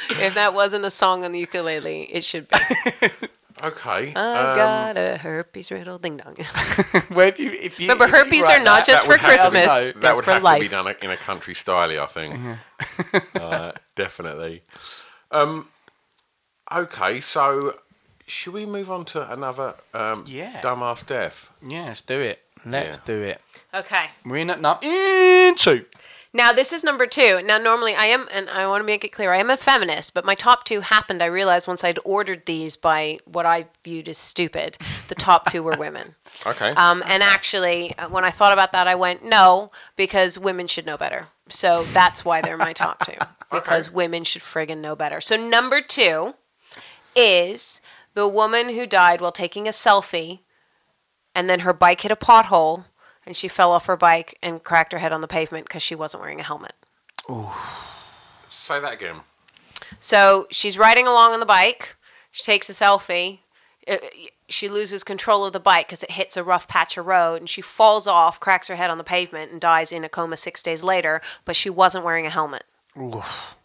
S6: if that wasn't a song on the ukulele, it should be.
S5: Okay.
S1: Uh,
S6: I
S5: um,
S6: got a herpes riddled ding dong.
S1: Where if you, if you,
S6: Remember,
S1: if you
S6: herpes
S1: write
S6: are
S1: that-
S6: not just
S5: would
S6: for
S5: have to-
S6: Christmas.
S1: No,
S6: they're
S5: that would
S6: for
S5: have
S6: life.
S5: to be done in a country style, I think. uh, definitely. Um, okay, so should we move on to another um,
S1: Yeah.
S5: dumbass death?
S1: Yeah, let's do it. Let's
S5: Yeah.
S1: do it.
S6: Okay.
S1: We're in at num- in two.
S6: Now this is number two. Now normally I am, and I want to make it clear, I am a feminist, but my top two happened. I realized once I'd ordered these by what I viewed as stupid. The top two were women.
S5: Okay.
S6: Um, and actually, uh, when I thought about that, I went no because women should know better. So that's why they're my top two because women should friggin' know better. So number two is the woman who died while taking a selfie, and then her bike hit a pothole, and she fell off her bike and cracked her head on the pavement because she wasn't wearing a helmet.
S5: Say that again.
S6: So she's riding along on the bike. She takes a selfie. Uh, She loses control of the bike because it hits a rough patch of road and she falls off, cracks her head on the pavement, and dies in a coma six days later. But she wasn't wearing a helmet.
S1: Oof.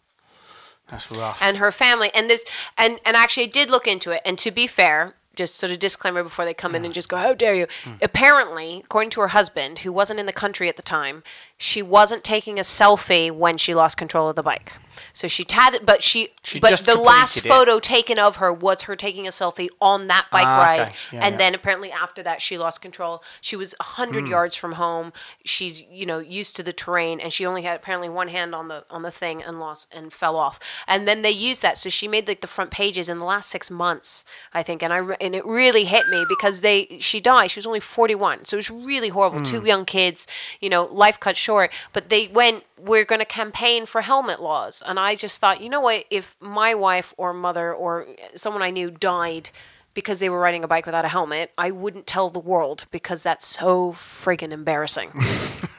S1: That's rough.
S6: And her family, and this, and, and actually, I did look into it. And to be fair, just sort of disclaimer before they come in and just go, How dare you?
S1: Mm.
S6: Apparently, according to her husband, who wasn't in the country at the time, she wasn't taking a selfie when she lost control of the bike. So she had it, but she,
S1: She
S6: but
S1: just
S6: the last
S1: completed it.
S6: photo taken of her was her taking a selfie on that bike
S1: Ah,
S6: ride.
S1: okay. Yeah,
S6: and
S1: yeah.
S6: then apparently after that, she lost control. She was 100 yards from home. She's, you know, used to the terrain and she only had apparently one hand on the on the thing and lost and fell off. And then they used that. So she made like the front pages in the last 6 months, I think. And I re- and it really hit me because they she died. She was only 41. So it was really horrible. Two young kids, you know, life cut short, but they went we're going to campaign for helmet laws. And I just thought, you know what, if my wife or mother or someone I knew died because they were riding a bike without a helmet, I wouldn't tell the world because that's so friggin' embarrassing.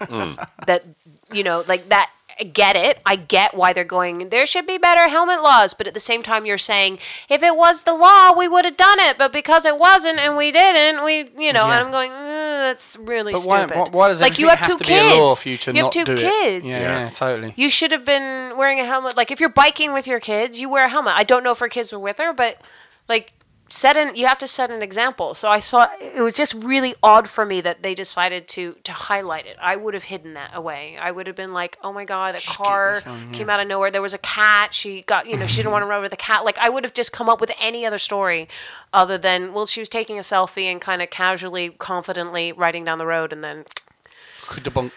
S6: That, you know, like that. I get it. I get why they're going, there should be better helmet laws. But at the same time, you're saying, if it was the law, we would have done it. But because it wasn't and we didn't, we, you know,
S1: Yeah.
S6: and I'm going, "Eh, that's really
S1: but why,
S6: stupid.
S1: why, why does
S6: like, you have,
S1: everything
S6: two
S1: to
S6: kids.
S1: be a law for you to
S6: you
S1: not
S6: have two
S1: do
S6: kids.
S1: it? Yeah, yeah, totally.
S6: You should have been wearing a helmet. Like if you're biking with your kids, you wear a helmet. I don't know if her kids were with her, but like set an you have to set an example. So I saw it was just really odd for me that they decided to to highlight it. I would have hidden that away. I would have been like, "Oh my god, a car came out of nowhere. There was a cat. She got, you know, she didn't want to run over the cat." Like I would have just come up with any other story other than, "Well, she was taking a selfie and kind of casually confidently riding down the road and then
S1: Could debunk.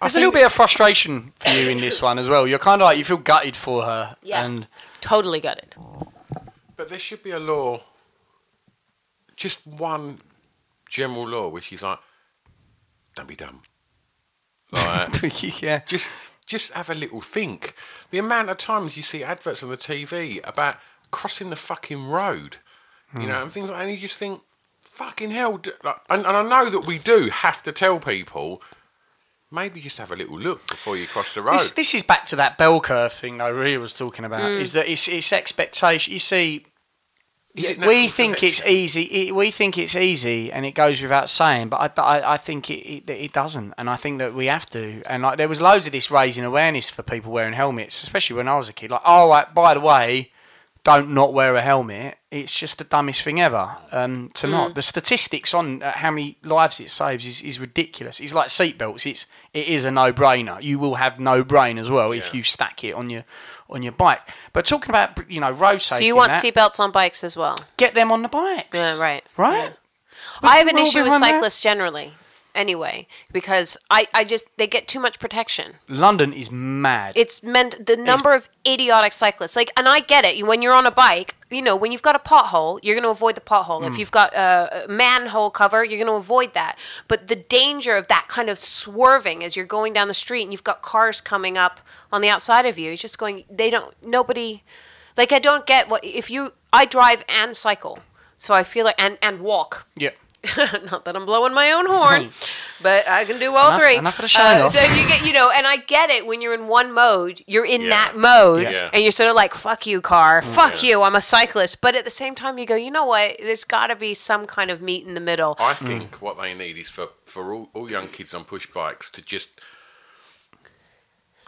S1: There's a little bit of frustration for you in this one as well. You're kind of like you feel gutted for her.
S6: Yeah.
S1: And
S6: Totally gutted.
S5: But there should be a law, just one general law, which is like, don't be dumb. Like,
S1: yeah.
S5: just just have a little think. The amount of times you see adverts on the TV about crossing the fucking road,
S1: Hmm.
S5: you know, and things like, and you just think, fucking hell. d- Like, and, and I know that we do have to tell people, maybe just have a little look before you cross the road.
S1: This, this is back to that bell curve thing that I really was talking about.
S6: Mm.
S1: Is that it's, it's expectation? You see,
S5: Is it
S1: we
S5: natural
S1: think it's
S5: selection?
S1: easy. It, we think it's easy, and it goes without saying. But I, but I, I think it, it that it doesn't, and I think that we have to. And like there was loads of this raising awareness for people wearing helmets, especially when I was a kid. Like, oh, like, by the way, don't not wear a helmet. It's just the dumbest thing ever. Um, to not the statistics on uh, how many lives it saves is, is ridiculous. It's like seatbelts. It's it is a no brainer. You will have no brain as well if you stack it on your on your bike. But talking about you know road
S6: So
S1: safety,
S6: you
S1: and
S6: want
S1: that-
S6: seatbelts on bikes as well?
S1: get them on the bikes.
S6: Yeah, Uh, right.
S1: Right?
S6: I have an
S1: we're all
S6: issue with
S1: behind that.
S6: cyclists generally, anyway, because I, I just they get too much protection.
S1: London is mad.
S6: It's meant the number of idiotic cyclists. Like, and I get it. You- When you're on a bike, you know, when you've got a pothole, you're going to avoid the pothole. If you've got a a manhole cover, you're going to avoid that. But the danger of that kind of swerving as you're going down the street and you've got cars coming up on the outside of you, it's just going. They don't. Nobody. Like, I don't get what if you. I drive and cycle, so I feel like and and walk.
S1: yeah.
S6: not that I'm blowing my own horn, but I can do all
S1: Enough-
S6: three. Uh,
S1: enough of the shine off.
S6: so you get, you know, and I get it when you're in one mode, you're in
S5: Yeah.
S6: that mode,
S5: Yeah. Mm,
S6: and you're sort of like, "Fuck you, car. Fuck you. I'm a cyclist." But at the same time, you go, "You know what? There's got to be some kind of meat in the middle."
S5: I
S1: Mm.
S5: think what they need is for, for all, all young kids on push bikes to just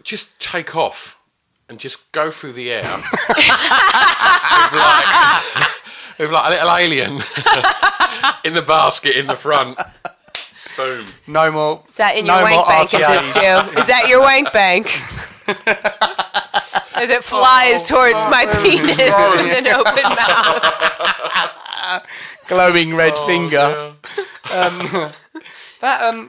S5: just take off and just go through the air with, like, with like a little alien in the basket in the front. Boom.
S1: No more.
S6: Is that in
S1: no
S6: your
S1: more
S6: wank bank?
S1: RTAs.
S6: Is it due? Is that your wank bank? As it flies
S5: Oh,
S6: towards my penis with an open mouth.
S1: glowing red finger. Um, that um,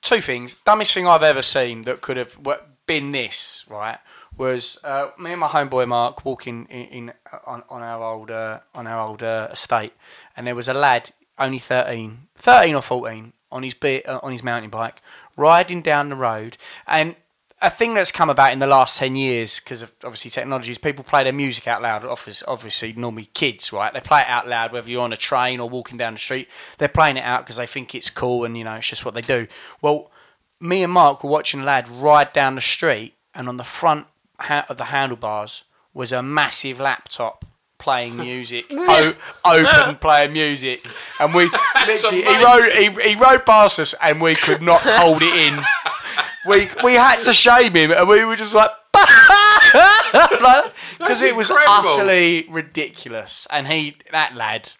S1: two things. Dumbest thing I've ever seen that could have w- been this right was uh, me and my homeboy Mark walking in, in on, on our old uh, on our old uh, estate, and there was a lad only 13, 13 or fourteen on his be- uh, on his mountain bike riding down the road and. A thing that's come about in the last ten years because of obviously technology is people play their music out loud. Obviously, obviously, normally kids, right? They play it out loud whether you're on a train or walking down the street. They're playing it out because they think it's cool and you know it's just what they do. Well, me and Mark were watching a lad ride down the street, and on the front ha- of the handlebars was a massive laptop playing music, o- open playing music, and we literally he rode he, he rode past us, and we could not hold it in. We we had to shame him, and we were just like. Because it was
S5: incredible.
S1: utterly ridiculous, and he, that lad,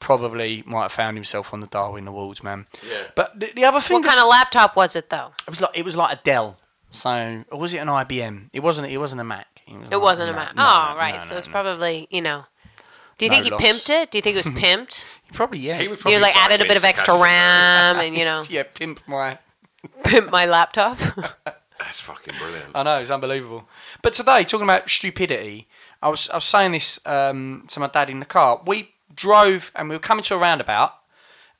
S1: probably might have found himself on the Darwin Awards, man. Yeah. But the, the other thing,
S6: What
S1: that's-
S6: kind of laptop was it though?
S1: it was like it was like a Dell. So or was it an IBM? It wasn't. It wasn't a Mac. was
S6: It
S1: like-
S6: wasn't a
S1: no,
S6: Mac.
S1: no,
S6: oh,
S1: no,
S6: right.
S1: no,
S6: so
S1: no,
S6: it's
S1: no.
S6: probably, you know. Do you
S1: No
S6: think he
S1: loss.
S6: pimped it? Do you think it was pimped?
S1: probably yeah.
S5: He would probably
S6: you like
S5: cycle
S6: added a bit
S5: into
S6: of extra
S5: Castle.
S6: RAM and, you know,
S1: yeah, pimp my.
S6: pimp my laptop?
S5: That's fucking brilliant.
S1: I know it's unbelievable. But today, talking about stupidity, I was I was saying this um, to my dad in the car. We drove and we were coming to a roundabout,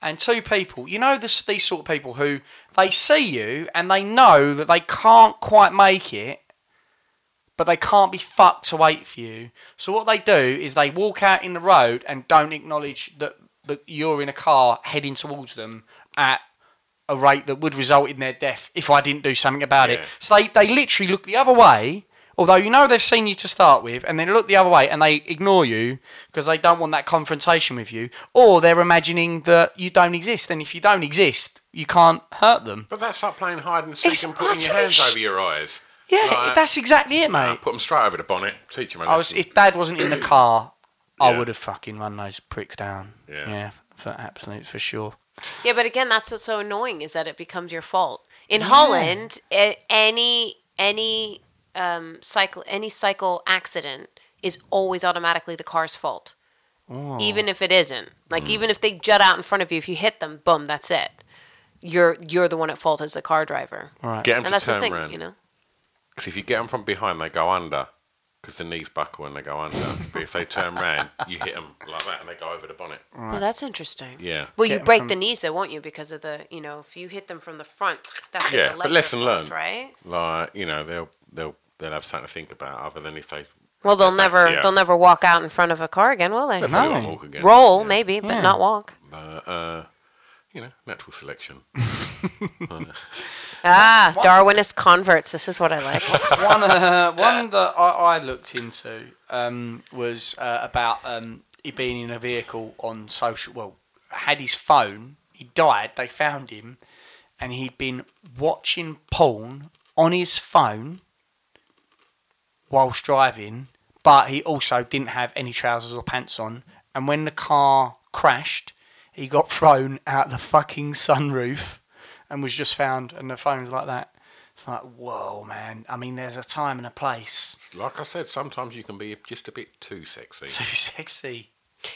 S1: and two people, you know, this, these sort of people who they see you and they know that they can't quite make it, but they can't be fucked to wait for you. So what they do is they walk out in the road and don't acknowledge that that you're in a car heading towards them at a rate that would result in their death if I didn't do something about it.
S5: Yeah.
S1: So they, they literally look the other way, although you know they've seen you to start with, and they look the other way and they ignore you because they don't want that confrontation with you, or they're imagining that you don't exist. And if you don't exist, you can't hurt them.
S5: But that's like playing hide and seek
S1: It's
S5: and putting your
S1: utterly
S5: hands
S1: sh-
S5: over your eyes.
S1: Yeah,
S5: Like,
S1: that's exactly it, mate.
S5: Put them straight over the bonnet. Teach them a lesson.
S1: I was, if Dad wasn't in the car, I
S5: Yeah.
S1: would have fucking run those pricks down.
S5: Yeah.
S1: Yeah, f- for absolute, for sure.
S6: yeah, but again, that's what's so annoying is that it becomes your fault. In Holland, a- any any um, cycle any cycle accident is always automatically the car's fault.
S1: Oh. Mm.
S6: Even if it isn't. Like even if they jut out in front of you, if you hit them, boom, that's it. you're you're the one at fault as the car driver.
S1: Right.
S5: Get them
S6: And
S5: to
S6: that's the
S5: turn
S6: thing,
S5: round.
S6: you know.
S5: Because if you get them from behind, they go under. Because the knees buckle and they go under. but if they turn round, you hit them like that and they go over the bonnet.
S6: Well, that's interesting.
S5: Yeah.
S6: Well,
S1: Get
S6: you
S1: 'em
S6: break
S1: from-
S6: the knees though, won't you? Because of the, you know, if you hit them from the front, that's
S5: Yeah,
S6: it, the
S5: but
S6: legs are
S5: lesson
S6: fucked,
S5: learned.
S6: right?
S5: Like you know, they'll they'll they'll have something to think about other than if they
S6: Well, they'll
S5: back to
S6: never,
S5: you.
S6: they'll never walk out in front of a car again, will they?
S5: They'll probably won't walk again.
S6: Roll maybe, but
S1: Yeah.
S6: not walk.
S5: But, uh, you know, natural selection.
S6: Ah, Darwinist converts. This is what I like.
S1: one, uh, one that I, I looked into um, was uh, about um, he being in a vehicle on social. Well, had his phone. He died. They found him, and he'd been watching porn on his phone whilst driving. But he also didn't have any trousers or pants on. And when the car crashed, he got thrown out the fucking sunroof, and was just found. And the phone's like that. It's like, whoa, man. I mean, there's a time and a place.
S5: Like I said, sometimes you can be just a bit too sexy.
S1: Too sexy.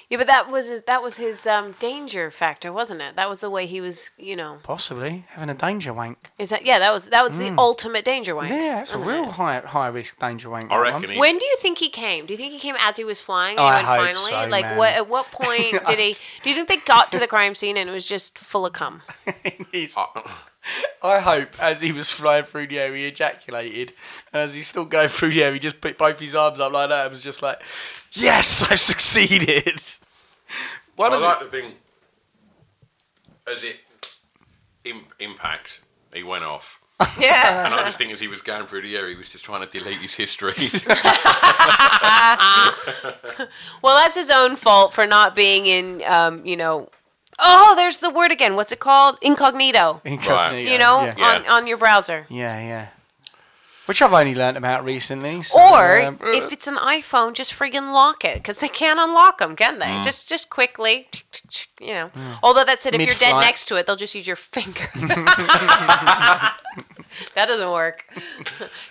S6: yeah, but that was that was his um, danger factor, wasn't it? That was the way he was, you know.
S1: Possibly having a danger wank.
S6: Is that yeah? That was that was
S5: Mm.
S6: the ultimate danger wank.
S1: Yeah, that's a
S6: wasn't
S1: real
S6: it?
S1: high high risk danger wank.
S5: I
S1: that
S5: reckon
S1: one.
S5: he,
S6: When do you think he came? Do you think he came as he was flying?
S1: Oh, I
S6: and
S1: hope
S6: finally,
S1: so,
S6: like
S1: man.
S6: what? At what point did he? Do you think they got to the crime scene and it was just full of cum?
S1: He's- I hope as he was flying through the air, he ejaculated, and as he's still going through the air, he just put both his arms up like that and was just like, "Yes, I've succeeded." One
S5: I
S1: of the-
S5: like the thing as it im- impact. He went off,
S6: Yeah.
S5: and I just think as he was going through the air, he was just trying to delete his history.
S6: Well, that's his own fault for not being in, um, you know. Oh, there's the word again. What's it called? Incognito.
S1: Incognito,
S6: you know,
S1: yeah.
S6: on, on your browser.
S1: yeah, yeah. Which I've only learnt about recently. so,
S6: Or
S1: um,
S6: if it's an iPhone, just friggin' lock it because they can't unlock them, can they? Just just quickly, you know. Although that said, if you're dead
S1: Mid-flight.
S6: next to it, they'll just use your finger. that doesn't work.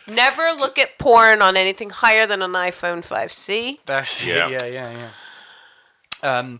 S6: Never look at porn on anything higher than an iPhone 5C.
S1: that's
S5: Yeah.
S1: yeah, yeah, yeah, yeah. Um,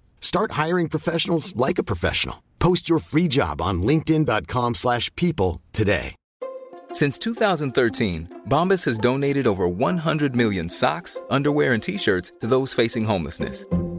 S7: Start hiring professionals like a professional. Post your free job on linkedin.com/people slash people today.
S8: Since 2013, Bombas has donated over 100 million socks, underwear, and t shirts to those facing homelessness.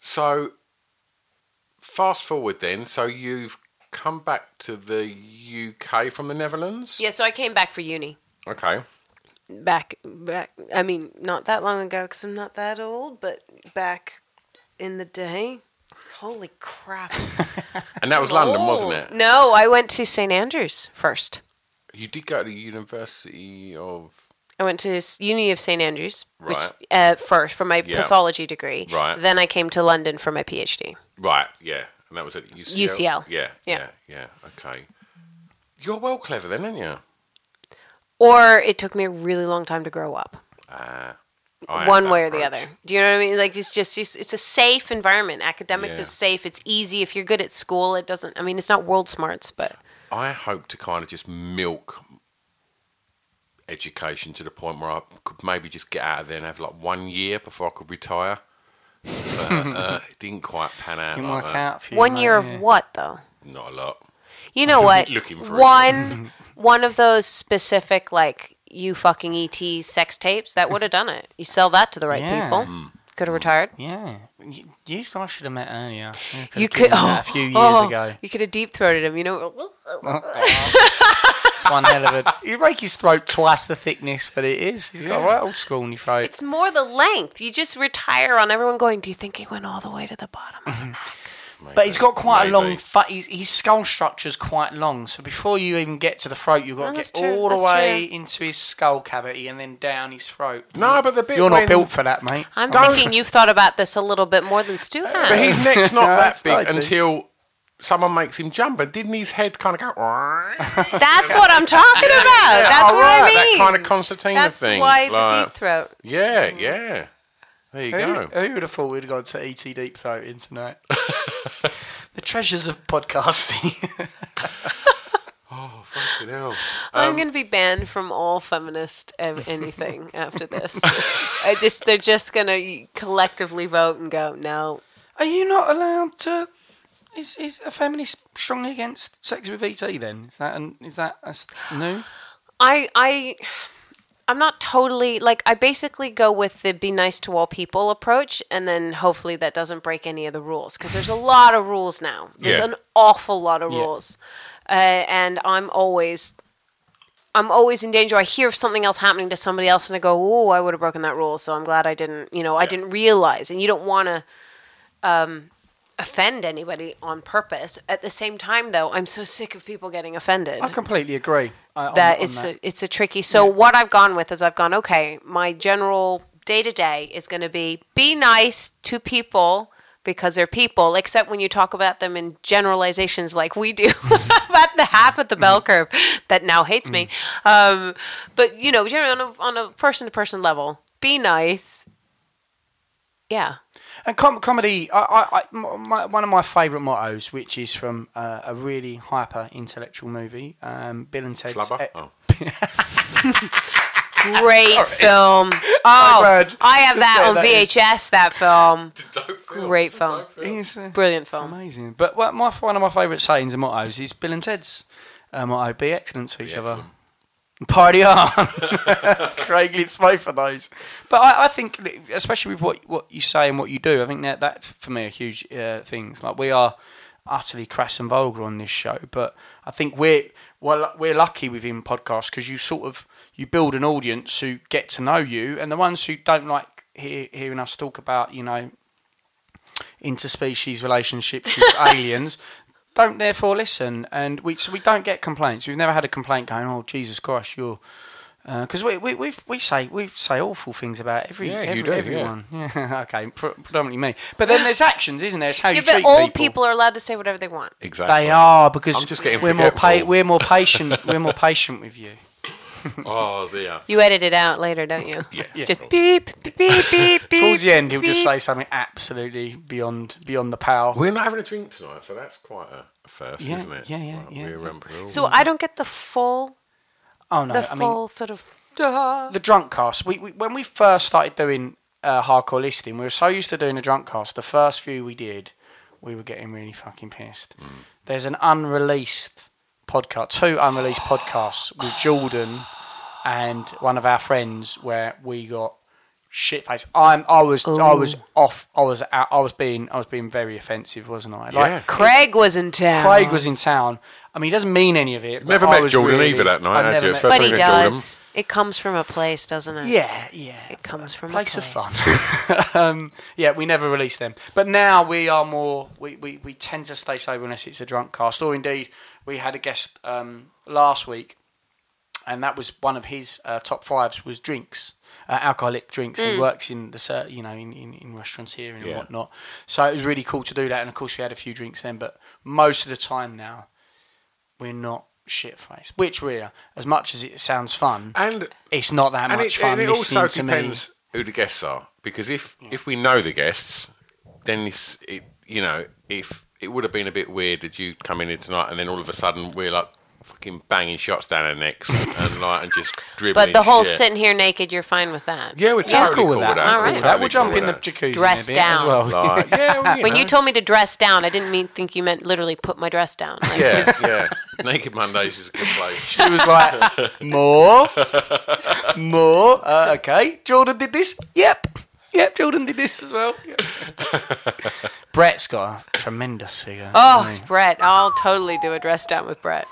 S5: so, fast forward then. So you've come back to the UK from the Netherlands.
S6: Yeah. So I came back for uni.
S5: Okay.
S6: back back i mean not that long ago because i'm not that old but back in the day holy crap
S5: And that was London, wasn't it?
S6: Oh. no i went to st andrews first
S5: You did go to University of
S6: i went to s- uni of st andrews
S5: Right.
S6: which uh, first for my
S5: Yeah.
S6: pathology degree
S5: Right.
S6: then i came to london for my phd
S5: Right, yeah. And that was at UCL.
S6: UCL.
S5: Yeah, yeah,
S6: Yeah.
S5: yeah. Okay. You're well clever then, aren't you?
S6: or it took me a really long time to grow up
S5: Uh, I had
S6: one
S5: that
S6: way or the
S5: approach.
S6: other do you know what i mean like it's just it's, it's a safe environment academics
S5: Yeah.
S6: is safe it's easy if you're good at school it doesn't i mean it's not world smarts but
S5: I hope to kind of just milk education to the point where I could maybe just get out of there and have like one year before I could retire. But uh, it didn't quite pan out.
S1: Didn't
S5: like
S1: work
S5: that.
S1: out for
S6: One year of what though?
S5: Not a lot.
S6: You know what?
S5: Looking for it.
S6: one one of those specific like you fucking ET sex tapes that would have done it. You sell that to the right
S1: Yeah.
S6: people.
S5: Hmm.
S1: Mm.
S6: Could have retired.
S1: Yeah, you, you guys should have met earlier.
S6: You could oh,
S1: a few years
S6: oh,
S1: ago.
S6: You could have deep throated him. You know.
S1: It's one hell of a. You break his throat twice the thickness that it is. He's got a
S6: Yeah.
S1: right old school in your throat.
S6: It's more the length. You just retire on everyone going. Do you think he went all the way to the bottom?
S1: But he's got quite a long.
S6: Maybe.
S1: Fa- his, his skull structure's quite long, so before you even get to the throat, you've got
S6: Oh,
S1: to
S6: that's
S1: get
S6: true,
S1: all the
S6: that's
S1: way into his skull cavity and then down his throat.
S5: No, but the bit
S1: you're
S5: when-
S1: not built for that, mate.
S6: I'm thinking you've thought about this a little bit more than Stu has.
S5: But his neck's not that big
S6: eh?
S1: started.
S5: until someone makes him jump. And didn't his head kind of go?
S6: That's what I'm talking about. That's what I mean.
S5: That kind of concertina
S6: That's
S5: thing.
S6: why the Mm.
S5: like-
S6: deep throat.
S5: Yeah, yeah. There you
S1: who,
S5: go.
S1: Who would have thought we'd have gone to ET Deep Throat in tonight? the treasures of podcasting.
S5: oh, fucking hell.
S6: I'm going to be banned from all feminist ev- anything after this. I just they're just going to collectively vote and go no.
S1: Are you not allowed to? Is is a feminist strongly against sex with ET? Then is that an, is that a s new?
S6: I I I'm not totally like I basically go with the be nice to all people approach and then hopefully that doesn't break any of the rules because there's a lot of rules now. There's
S9: Yeah.
S6: an awful lot of
S9: Yeah.
S6: rules. Uh, and I'm always I'm always in danger. I hear of something else happening to somebody else and I go, "Oh, I would have broken that rule." So I'm glad I didn't, you know, I didn't realize and you don't want to um offend anybody on purpose. At the same time though, I'm so sick of people getting offended
S1: I completely agree. I, on-
S6: that
S1: on
S6: it's A, it's a tricky. So what I've gone with is I've gone okay. My general day to day is going to be be nice to people because they're people, except when you talk about them in generalizations like we do about the half of the bell
S1: Mm-hmm.
S6: curve that now hates me. Um, but you know, generally on a on a person to person level, be nice. Yeah.
S1: And com- comedy, I, I, I- m- my, one of my favourite mottos, which is from uh, a really hyper intellectual movie, um, Bill and Ted's.
S5: Flubber? Oh.
S6: Great
S1: Sorry.
S6: film.
S1: I
S6: Oh,
S1: heard.
S6: I have that
S1: Yeah,
S6: on
S1: that is-
S6: VHS. That film. Great film. Brilliant film.
S1: amazing. But what my, one of my favourite sayings and mottos is Bill and Ted's uh, motto be excellent to each other. Party on. Craig lives both of those. But I, I think, especially with what, what you say and what you do, I think that that's for me a huge uh, thing. It's Like we are utterly crass and vulgar on this show, but I think we're well we're lucky within podcasts because you sort of you build an audience who get to know you, and the ones who don't like hear, hearing us talk about you know interspecies relationships with aliens don't therefore listen and we so we don't get complaints we've never had a complaint going oh jesus christ you're because we we we've, we say we say awful things about every,
S5: Yeah, you
S1: every
S5: do, yeah.
S1: everyone. Yeah. okay, pr- predominantly me. But then there's actions, isn't there? It's how
S6: Yeah,
S1: you
S6: but
S1: treat
S6: old
S1: people.
S6: people are allowed to say whatever they want.
S5: Exactly.
S1: They are because
S5: I'm just getting
S1: we're more pa-
S5: forgetful.
S1: we're more patient. we're more patient with you.
S5: Oh, dear.
S6: You edit it out later, don't you?
S1: Yeah.
S6: It's Just beep, beep, beep, beep, beep.
S1: Towards the end, he'll just
S6: beep.
S1: say something absolutely beyond beyond the power.
S5: We're not having a drink tonight, so that's quite a first,
S1: Yeah,
S5: isn't it?
S1: yeah, yeah,
S5: Like, We're, um,
S6: So I don't get the full,
S1: Oh no!
S6: the
S1: I mean,
S6: full sort of. "Duh."
S1: the drunk cast. We, we when we first started doing uh, hardcore listening, we were so used to doing a drunk cast. The first few we did, we were getting really fucking pissed.
S5: Mm.
S1: There's an unreleased podcast, two unreleased podcasts with Jordan and one of our friends, where we got shit faced. I'm I was I was
S6: Ooh.
S1: off. I was out, I was being I was being very offensive, wasn't I?
S5: Yeah.
S6: Craig was in town.
S1: Craig was in town. I mean, he doesn't mean any of it. but
S5: Never
S1: I
S5: met
S1: was
S5: Jordan
S1: really-
S5: either that night,
S1: I
S5: had
S1: never
S5: you?
S1: met-
S5: First
S6: But he
S5: Probably gonna kill
S6: does. It comes from a place, doesn't it?
S1: Yeah, yeah.
S6: It comes from
S1: place
S6: a
S1: of
S6: place.
S1: fun. um, yeah, we never release them, but now we are more. We, we, we tend to stay sober unless it's a drunk cast, or indeed we had a guest um, last week, and that was one of his uh, top fives was drinks, uh, alcoholic drinks. He
S6: Mm.
S1: works in the ser- you know in, in, in restaurants here and
S5: Yeah.
S1: whatnot, so it was really cool to do that. And of course we had a few drinks then, but most of the time now we're not shit faced, which we are. As much as it sounds fun,
S5: and
S1: it's not that
S5: and
S1: much
S5: it,
S1: fun
S5: and it
S1: listening
S5: also
S1: to me.
S5: depends who the guests are because if if we know the guests then it's, it you know if it would have been a bit weird that you come in here tonight and then all of a sudden we're like fucking banging shots down our necks and like and just dribbling.
S6: But the whole
S5: shit.
S6: sitting here naked, you're fine with that.
S5: Yeah, we're totally cool with that.
S6: All
S5: We're
S6: right.
S5: totally cool with that.
S6: Dress down.
S5: Like, yeah, well, you
S6: when
S5: know.
S6: you told me to dress down, I didn't mean think you meant literally put my dress down. Like,
S5: yeah, yeah. Naked Mondays is a good place. She
S1: was like, more, more. Uh, okay, Jordan did this. Yep, yep. Jordan did this as well. Yep. Brett's got a tremendous figure.
S6: Oh,
S1: hasn't he?
S6: Brett, I'll totally do a dress down with Brett.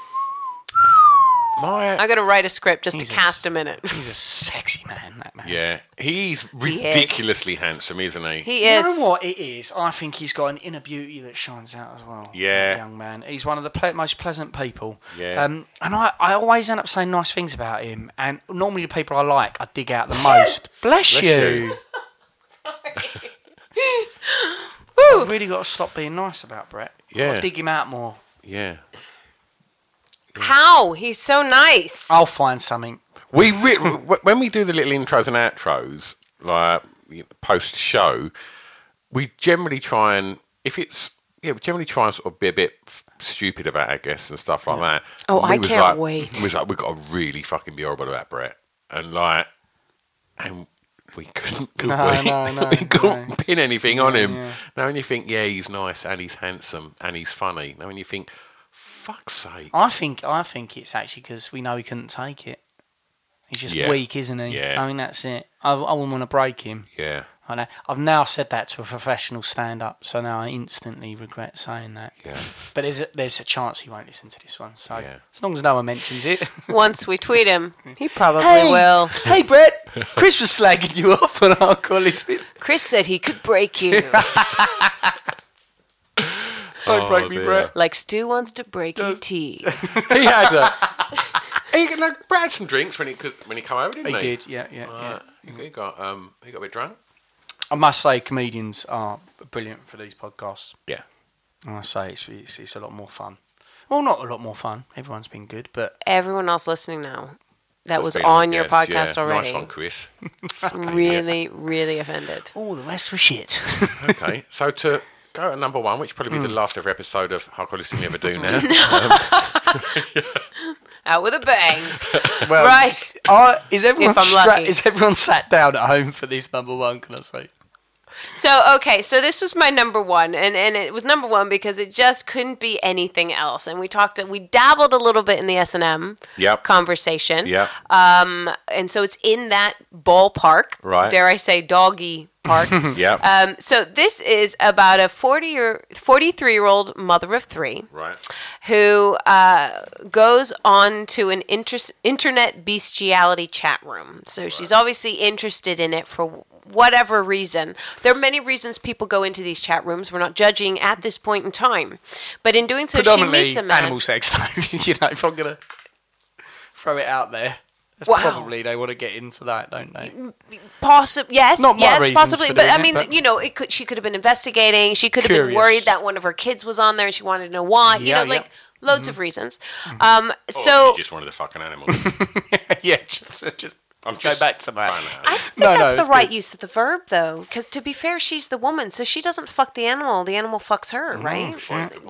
S5: My,
S6: I'm gonna write a script just to
S5: He's a
S6: cast him in it.
S1: He's a sexy man. That man.
S5: Yeah, he's ridiculously handsome, isn't he?
S1: You know what it is? I think he's got an inner beauty that shines out as well.
S5: Yeah.
S1: that young man. He's one of the ple- most pleasant people.
S5: Yeah.
S1: Um, and I, I always end up saying nice things about him. And normally the people I like, I dig out the most. Bless,
S5: Bless
S1: you.
S5: you.
S1: I've really got to stop being nice about Brett.
S5: Yeah.
S1: Gotta dig him out more.
S5: Yeah.
S6: How? He's so nice.
S1: I'll find something.
S5: We re- w- when we do the little intros and outros, like post show, we generally try and if it's yeah, we generally try and sort of be a bit f- stupid about our guests and stuff like that.
S6: Oh,
S5: And we
S6: I
S5: was
S6: can't
S5: like-
S6: wait.
S5: We was like, we got to really fucking be horrible about Brett, and like, and we couldn't. Could
S1: No,
S5: we?
S1: no, no,
S5: we couldn't pin anything on
S1: Yeah,
S5: him.
S1: yeah.
S5: Now, when you think, yeah, he's nice and he's handsome and he's funny. Now, when you think, fuck's sake.
S1: I think I think it's actually because we know he couldn't take it. He's just
S5: Yeah.
S1: weak, isn't he?
S5: Yeah.
S1: I mean, that's it. I, I wouldn't want to break him.
S5: Yeah.
S1: I know. I've now said that to a professional stand-up, so now I instantly regret saying that.
S5: Yeah.
S1: But there's a, there's a chance he won't listen to this one. So as long as no one mentions it,
S6: Once we tweet him, he probably
S1: Hey!
S6: will.
S1: Hey, Brett, Chris was slagging you off on our call list.
S6: Chris said he could break you.
S1: Don't
S5: Oh,
S1: break me, Brett.
S6: Like Stu wants to break your tea.
S5: he had a. He, no, Brad had some drinks when he could, when he came over,
S1: He
S5: didn't he?
S1: did, yeah, yeah,
S5: Right. He got um, he got a bit drunk.
S1: I must say, comedians are brilliant for these podcasts.
S5: Yeah.
S1: I must say, it's, it's it's a lot more fun. Well, not a lot more fun. Everyone's been good, but
S6: Everyone else listening now, that
S1: That's
S6: was
S1: been on
S6: on your
S1: guest, yeah.
S6: podcast
S1: Nice
S6: already.
S5: one, Chris.
S6: I'm really, really offended.
S1: All the rest were shit.
S5: Okay, so to go at number one, which probably be the
S6: Mm.
S5: last ever episode of How Call You Never Do Now. Um,
S6: Out with a bang.
S1: Well,
S6: right.
S1: Are, is everyone
S6: If I'm
S1: stra-
S6: lucky.
S1: is everyone sat down at home for this number one? Can I say?
S6: So okay, so this was my number one, and and it was number one because it just couldn't be anything else. And we talked, we dabbled a little bit in the S and M
S5: Yep.
S6: conversation,
S5: Yep.
S6: Um, and so it's in that ballpark,
S5: Right.
S6: Dare I say, doggy park.
S5: Yep.
S6: Um, so this is about a forty year, forty three year old mother of three,
S5: right.
S6: who uh, goes on to an inter- internet bestiality chat room. So she's obviously interested in it for whatever reason. There are many reasons people go into these chat rooms. We're not judging at this point in time. But in doing so, she
S1: Predominantly
S6: meets a man.
S1: animal sex. Though, you know, if I'm gonna throw it out there, that's
S6: Wow.
S1: probably they want to get into that, don't they?
S6: Possibly, yes,
S1: Not my
S6: yes,
S1: reasons
S6: possibly.
S1: for
S6: But
S1: doing
S6: I
S1: it,
S6: mean,
S1: but-
S6: you know, it could. She could have been investigating. She could have been
S1: Curious.
S6: worried that one of her kids was on there, and she wanted to know why. you
S5: Yeah,
S6: know,
S5: yeah.
S6: like loads
S1: Mm-hmm.
S6: of reasons. Um, so
S5: Oh, just one of the fucking animals.
S1: yeah, just just
S5: I'm just
S1: go back to that.
S5: I
S6: I think that's the right use of the verb, though, because to be fair, she's the woman, so she doesn't fuck the animal. The animal fucks her, right?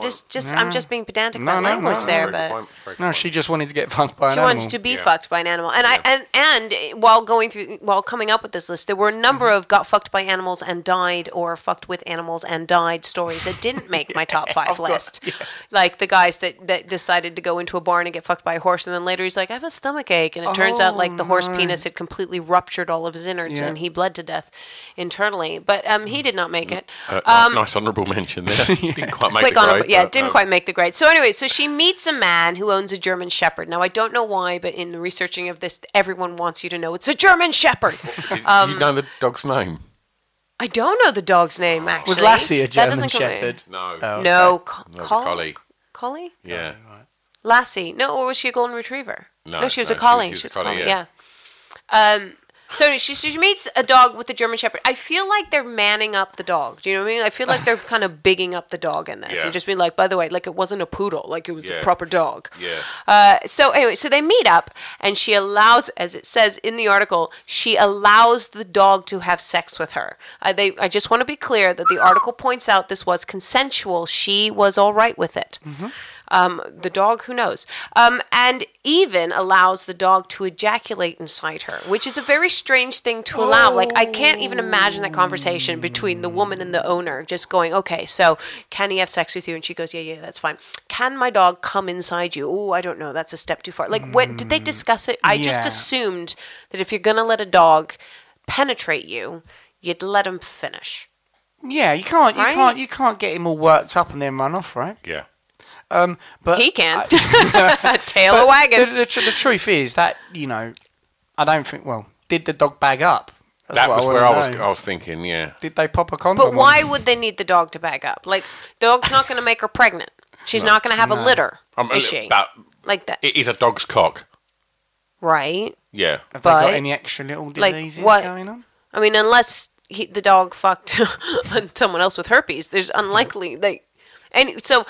S6: Just, just, I'm
S1: Yeah.
S6: just being pedantic
S1: No,
S6: about
S1: no, no.
S6: language there,
S1: Very good
S6: but
S1: point, No, she just wanted to get fucked by
S6: she
S1: an animal.
S6: wants to be fucked by an animal. And I and and while going through, while coming up with this list, there were a number of got fucked by animals and died, or fucked with animals and died stories that didn't make my top five list. Like the guys that that decided to go into a barn and get fucked by a horse, and then later he's like, "I have a stomach ache," and it turns out
S9: Oh,
S6: like the horse
S9: no.
S6: penis had completely ruptured all of his innards,
S5: Yeah.
S6: and he bled to death internally. But um, he did not make it.
S5: Uh,
S6: um,
S5: nice honourable mention there. Didn't quite make
S6: quick
S5: the
S6: on
S5: grade,
S6: up- yeah,
S5: but,
S6: it didn't
S5: um,
S6: quite make the grade. So anyway, so she meets a man who owns a German Shepherd. Now I don't know why, but in the researching of this, everyone wants you to know it's a German Shepherd.
S5: you
S6: Um,
S5: know the dog's name?
S6: I don't know the dog's name actually.
S1: Was Lassie a
S6: That
S1: German
S6: doesn't come-
S1: Shepherd?
S5: No.
S1: Oh,
S6: No,
S1: okay.
S6: co-
S5: No, the
S6: Col-
S5: collie.
S6: Collie?
S5: Yeah.
S6: Lassie. No, or was she a golden retriever?
S5: No,
S6: she was
S5: no,
S6: a collie.
S5: she was-
S6: She was, a collie. Yeah. Um. So anyway, she, she meets a dog with a German Shepherd. I feel like they're manning up the dog. Do you know what I mean? I feel like they're kind of bigging up the dog in this
S9: Yeah.
S6: and just being like, by the way, like it wasn't a poodle, like it was
S9: Yeah.
S6: a proper dog.
S9: Yeah.
S6: Uh, so anyway, so they meet up, and she allows, as it says in the article, she allows the dog to have sex with her. Uh, they, I just want to be clear that the article points out this was consensual. She was all right with it. Um, the dog, who knows? Um, and even allows the dog to ejaculate inside her, which is a very strange thing to allow. Like, I can't even imagine that conversation between the woman and the owner just going, okay, so can he have sex with you? And she goes, yeah, yeah, that's fine. Can my dog come inside you? Oh, I don't know. That's a step too far. Like, what, did they discuss it? I just
S1: Mm. yeah.
S6: assumed that if you're going to let a dog penetrate you, you'd let him finish.
S1: Yeah, you can't, you
S6: Right?
S1: can't, you can't get him all worked up and then run off, right?
S5: Yeah.
S1: Um, but
S6: He can. Tail a
S1: But
S6: wagon.
S1: The, the, tr- the truth is that you know, I don't think. Well, did the dog bag up? That's
S5: that
S1: what
S5: was
S1: I
S5: where I
S1: wanna
S5: was,
S1: know.
S5: I was thinking, yeah.
S1: Did they pop a condom?
S6: But why
S1: on?
S6: would they need the dog to back up? Like, the dog's not going to make her pregnant. She's not going to have a
S5: No.
S6: litter,
S5: Um,
S6: is she?
S5: That,
S6: like that,
S5: it is a dog's cock.
S6: right?
S5: Yeah.
S1: Have they got
S6: but-
S1: any extra little
S6: Like,
S1: diseases
S6: what-
S1: going on?
S6: I mean, unless he, the dog fucked someone else with herpes, there's unlikely they. And so,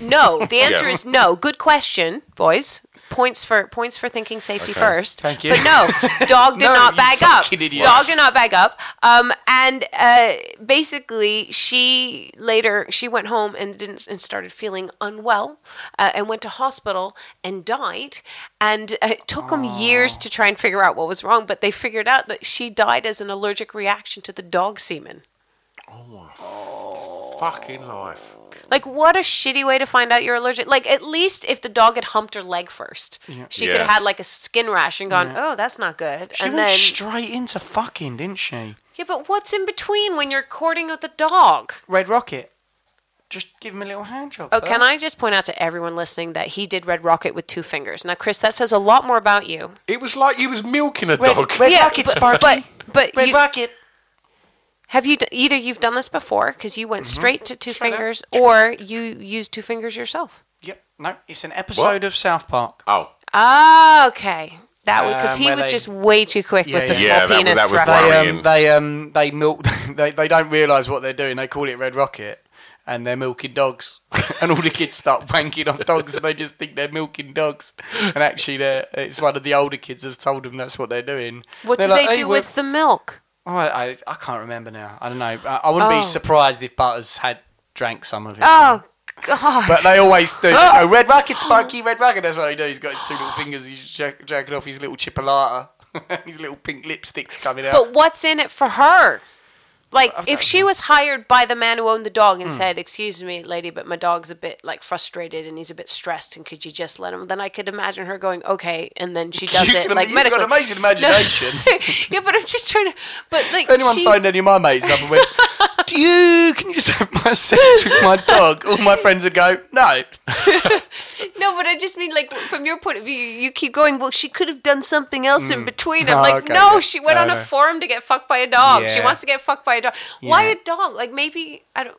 S6: no. The answer
S1: Yeah.
S6: is no. Good question, boys. Points for points for thinking safety
S1: Okay.
S6: first.
S1: Thank you.
S6: But no, dog did
S1: No,
S6: not
S1: you
S6: bag up.
S1: fucking idiots.
S6: Dog did not bag up. Um, and uh, basically, she later she went home and didn't and started feeling unwell, uh, and went to hospital and died. And uh, it took them years to try and figure out what was wrong, but they figured out that she died as an allergic reaction to the dog semen.
S5: Fucking life.
S6: Like, what a shitty way to find out you're allergic. Like, at least if the dog had humped her leg first,
S1: Yeah.
S6: she
S5: Yeah.
S6: could have had like a skin rash and gone,
S1: Yeah.
S6: "Oh, that's not good."
S1: She
S6: and
S1: went
S6: then,
S1: straight into fucking, didn't she?
S6: yeah, but what's in between when you're courting with a dog?
S1: Red Rocket. Just give him a little hand job.
S6: Oh, can I
S1: first.
S6: just point out to everyone listening that he did Red Rocket with two fingers? Now, Chris, that says a lot more about you.
S5: It was like you was milking a
S1: Red-
S5: dog.
S1: Red Rocket,
S6: but,
S1: Sparky.
S6: but but
S1: Red
S6: you,
S1: Rocket.
S6: have you d- either you've done this before because you went Mm-hmm. straight to two fingers, or you used two fingers yourself?
S1: Yep. No, it's an episode of South Park.
S5: Oh.
S6: Ah, okay. That because
S1: Um,
S6: he
S1: where
S6: was
S1: they-
S6: just way too quick
S1: Yeah,
S6: with the
S1: yeah.
S6: small
S5: Yeah, that-
S6: penis
S5: that was
S6: reference.
S5: worrying.
S1: They um, they um they milk they, they don't realise what they're doing. They call it Red Rocket, and they're milking dogs, and all the kids start wanking off dogs, and they just think they're milking dogs, and actually they're it's one of the older kids has told them that's what they're doing.
S6: What
S1: They're
S6: do
S1: like,
S6: they
S1: "Hey,
S6: do
S1: we're-
S6: with the milk?
S1: Oh, I, I I can't remember now. I don't know. I, I wouldn't
S6: Oh.
S1: be surprised if Butters had drank some of it.
S6: Oh God!
S1: But they always do. They go, red rocket, Sparky, red rocket. That's what he do. He's got his two little fingers. He's jack- jacking off his little chipolata. his little pink lipsticks coming out.
S6: But what's in it for her? Like, if she was hired by the man who owned the dog
S1: Hmm.
S6: and said, "Excuse me, lady, but my dog's a bit like frustrated and he's a bit stressed, and could you just let him?" Then I could imagine her going, "Okay," and then she does
S1: You've
S6: it
S1: got-
S6: like
S1: you've got
S6: medically.
S1: an amazing imagination.
S6: No. yeah, but I'm just trying to. But like,
S1: If anyone
S6: she,
S1: phoned any of my mates up and went, "Do you can you just have my sex with my dog?" All my friends would go, "No."
S6: no, but I just mean like from your point of view, you keep going. Well, she could have done something else
S5: Mm.
S6: in between. I'm
S1: Oh,
S6: like,
S1: okay,
S6: no,
S1: okay.
S6: she went
S1: No,
S6: on a
S1: no.
S6: forum to get fucked by a dog. She
S1: Yeah.
S6: wants to get fucked by a dog. Why
S1: Yeah.
S6: a dog? Like maybe I don't.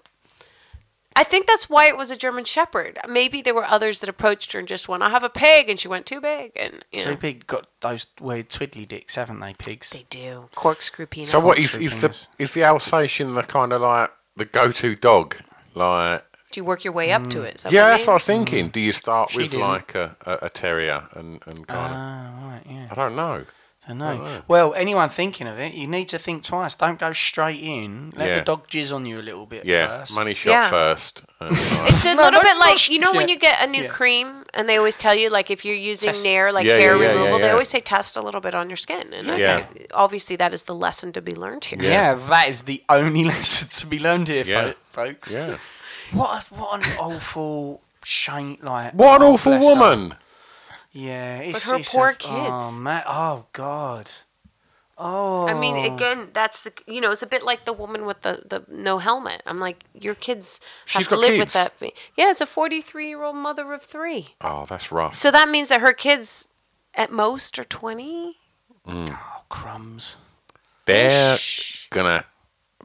S6: I think that's why it was a German Shepherd. Maybe there were others that approached her and just went, "I have a pig," and she went too big, and you know,
S1: So pig got those weird twiddly dicks, haven't they? Pigs.
S6: they do corkscrew penis.
S5: So what is
S1: true
S5: is the
S1: penis.
S5: is the Alsatian the kind of like the go-to dog? Like
S6: Do you work your way up to it? Is that
S5: Mm. yeah,
S6: what I
S5: that's what I
S6: mean?
S5: was thinking. Do you start
S1: Mm. She
S5: with
S1: didn't.
S5: like a, a, a terrier and and kind
S1: Oh,
S5: of?
S1: right, yeah.
S5: I don't know.
S1: I know. Well, anyone thinking of it, you need to think twice. Don't go straight in. Let
S5: Yeah.
S1: the dog jizz on you a little bit
S5: Yeah,
S1: first.
S5: money shot
S6: Yeah.
S5: first. and, like-
S6: It's a little
S1: not-
S6: bit
S1: not
S6: like
S1: sh-
S6: you know when
S1: yeah.
S6: you get a new
S1: Yeah.
S6: cream and they always tell you like if you're using
S1: Test.
S6: Nair like
S5: Yeah,
S6: hair
S5: yeah, yeah,
S6: removal,
S5: yeah,
S6: they
S5: yeah.
S6: always say test a little bit on your skin. And I
S5: Yeah.
S6: think obviously that is the lesson to be learned here.
S1: Yeah. that is the only lesson to be learned here,
S5: Yeah.
S1: fo- folks.
S5: yeah.
S1: What a, what an awful shame! Like
S5: What an
S1: oh,
S5: awful
S1: bless her.
S5: woman!
S1: Yeah, it's,
S6: her
S1: it's
S6: poor
S1: a, Oh,
S6: kids.
S1: ma- oh God. Oh.
S6: I mean, again, that's the you know it's a bit like the woman with the, the no helmet. I'm like your kids have
S5: She's
S6: to
S5: got
S6: live with
S5: kids.
S6: that. Yeah, it's a 43 year old mother of three.
S5: Oh, that's rough.
S6: So that means that her kids at most are 20.
S1: Oh, crumbs.
S5: They're gonna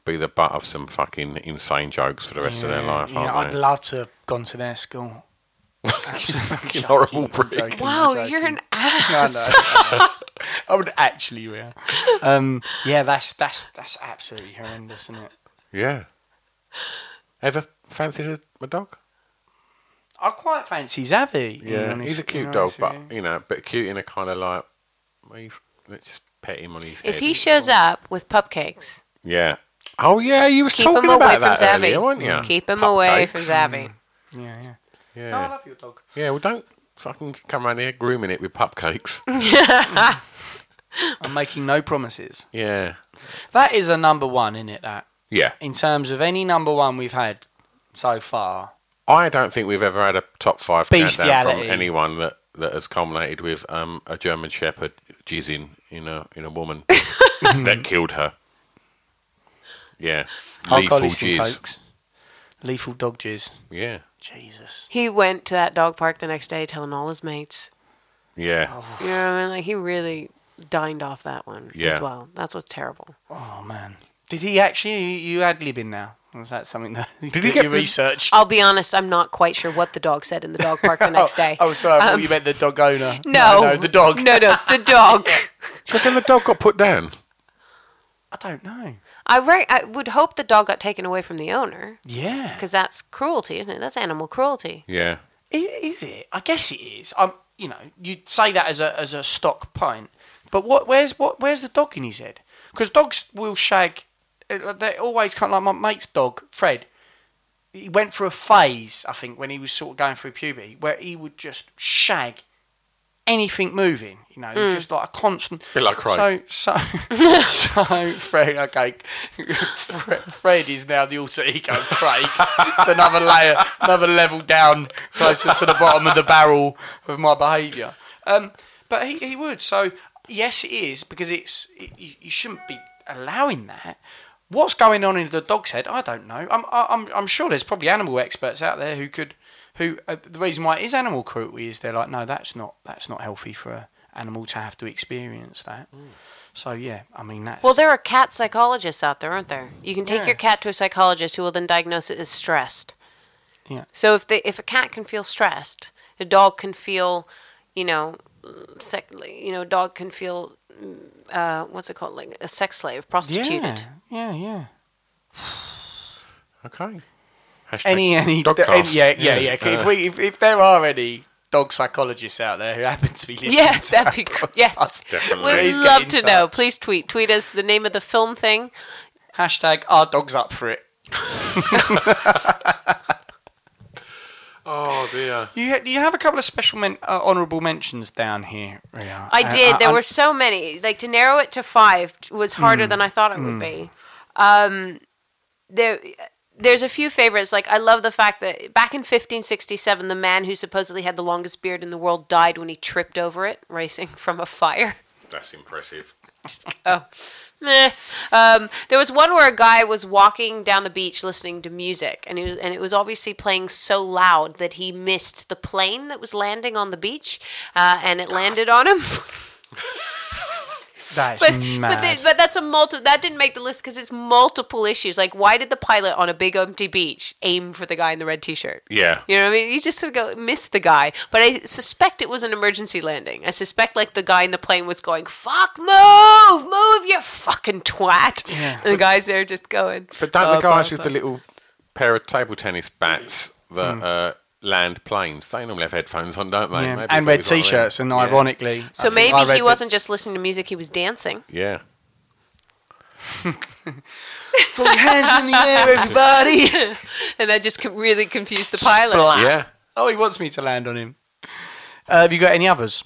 S5: be the butt of some fucking insane jokes for the rest of their life,
S1: Yeah,
S5: aren't
S1: I'd
S5: they?
S1: love to have gone to their school. Absolutely.
S5: horrible prick.
S6: Wow, you're an ass.
S1: I, know, I know. I would actually wear. Um, yeah, that's that's that's absolutely horrendous, isn't it?
S5: yeah. Ever fancied a, a dog?
S1: I quite fancy Zavi. you know,
S5: Yeah,
S1: and
S5: he's a
S1: you
S5: cute
S1: know,
S5: dog,
S1: he's a-
S5: but you know, but cute in a kind of like, well, he's, let's just pet him on his head.
S6: If he shows up with pupcakes.
S5: yeah. Oh yeah, you was
S6: Keep
S5: talking
S6: him away
S5: about
S6: from
S5: that earlier,
S6: Zavi.
S5: weren't you?
S6: Keep him away
S5: Cupcakes.
S6: from Zavi.
S1: yeah, yeah.
S5: Yeah.
S1: No, I love your dog.
S5: Yeah, well, don't fucking come around here grooming it with pupcakes.
S1: I'm making no promises.
S5: yeah.
S1: That is a number one, isn't it? That
S5: Yeah.
S1: in terms of any number one we've had so far.
S5: I don't think we've ever had a top five countdown from
S1: Bestiality.
S5: anyone that, that has culminated with um, a German Shepherd jizzing in a in a woman that killed her. Yeah,
S1: I'll go
S5: lethal
S1: listen,
S5: jizz.
S1: folks. Lethal dog jizz.
S5: Yeah,
S1: Jesus.
S6: He went to that dog park the next day telling all his mates.
S5: yeah.
S1: Oh.
S6: You know what I mean? Like, he really dined off that one
S5: Yeah.
S6: as well. That's what's terrible.
S1: Oh man. Did he actually? You, you ad libbing now? Or Was that something that did
S6: he get
S1: you
S6: the-
S1: researched?
S6: I'll be honest, I'm not quite sure what the dog said in the dog park the next day.
S1: Oh, sorry. I thought
S6: Um,
S1: you meant the dog owner.
S6: No.
S1: no, the dog.
S6: No, no, the dog.
S5: Do you reckon the dog got put down?
S1: I don't know.
S6: I, re- I would hope the dog got taken away from the owner
S1: Yeah.
S6: because that's cruelty, isn't it? That's animal cruelty.
S5: Yeah.
S1: I- Is it? I guess it is. Um, you know, you'd say that as a as a stock pint, but what? Where's what? Where's the dog in his head? Because dogs will shag. uh, They always kind of like my mate's dog, Fred. He went through a phase, I think, when he was sort of going through puberty, where he would just shag anything moving. You know, it was
S5: Mm.
S1: just like a constant.
S5: Bit like Craig.
S1: So, so, so Fred. Okay, Fred, Fred is now the alter ego of Craig. it's another layer, another level down, closer to the bottom of the barrel of my behaviour. Um, but he, he would. So yes, it is because it's it, you, you shouldn't be allowing that. What's going on in the dog's head? I don't know. I'm I- I'm I'm sure there's probably animal experts out there who could who uh, the reason why it is animal cruelty is they're like no that's not that's not healthy for a animal to have to experience that. So yeah, I mean that's
S6: Well, there are cat psychologists out there, aren't there? You can take
S1: Yeah.
S6: your cat to a psychologist who will then diagnose it as stressed.
S1: Yeah.
S6: So if they, if a cat can feel stressed, a dog can feel, you know, sec, you know, a dog can feel, mm, uh, what's it called, like a sex slave, prostituted.
S1: Yeah, yeah, yeah.
S5: Okay. Hashtag
S1: any any,
S5: dog
S1: any
S5: cast.
S1: yeah yeah yeah.
S5: Uh,
S1: If, we, if, if there are any dog psychologists out there who happen to be listening,
S6: Yeah,
S1: to
S6: that'd be
S1: our
S6: gr- yes.
S1: podcast,
S5: Definitely.
S6: We'd
S1: please get
S6: love
S1: in
S6: to
S1: touch.
S6: know. Please tweet. Tweet us the name of the film thing.
S1: Hashtag our dog's up for it.
S5: Oh dear.
S1: You ha- you have a couple of special men- uh, honourable mentions down here. Uh, Ria.
S6: I
S1: And
S6: did. there
S1: I'm-
S6: were so many. Like to narrow it to five was harder
S1: Mm.
S6: than I thought it
S1: Mm.
S6: would be. Um, there, there's a few favorites. Like I love the fact that back in 1567, the man who supposedly had the longest beard in the world died when he tripped over it racing from a fire.
S5: That's impressive.
S6: oh. Meh. Um, there was one where a guy was walking down the beach listening to music, and he was, and it was obviously playing so loud that he missed the plane that was landing on the beach, uh, and it landed on him.
S1: That's
S6: but
S1: mad.
S6: but, they, but that's a multi. That didn't make the list because it's multiple issues. Like, why did the pilot on a big empty beach aim for the guy in the red t-shirt?
S5: Yeah.
S6: You know what I mean? You just sort of go miss the guy. But I suspect it was an emergency landing. I suspect like the guy in the plane was going, "Fuck, move, move, you fucking twat," and the guy's there just going.
S5: But don't
S1: Oh,
S6: "Uh,
S5: the guys
S6: bye,
S5: with
S6: bye."
S5: the little pair of table tennis bats that uh, land planes, they normally have headphones on, don't they?
S1: Hmm. Yeah,
S5: Maybe
S1: and
S5: that
S1: red
S5: was one of them.
S1: t-shirts, and
S5: Yeah.
S1: ironically, I
S6: So
S1: think I
S6: maybe
S1: read
S6: he
S1: that-
S6: wasn't just listening to music; he was dancing.
S5: Yeah.
S1: Put your hands in the air, everybody.
S6: and that just com- really confused the pilot.
S5: Yeah.
S1: Oh, he wants me to land on him. Uh, have you got any others?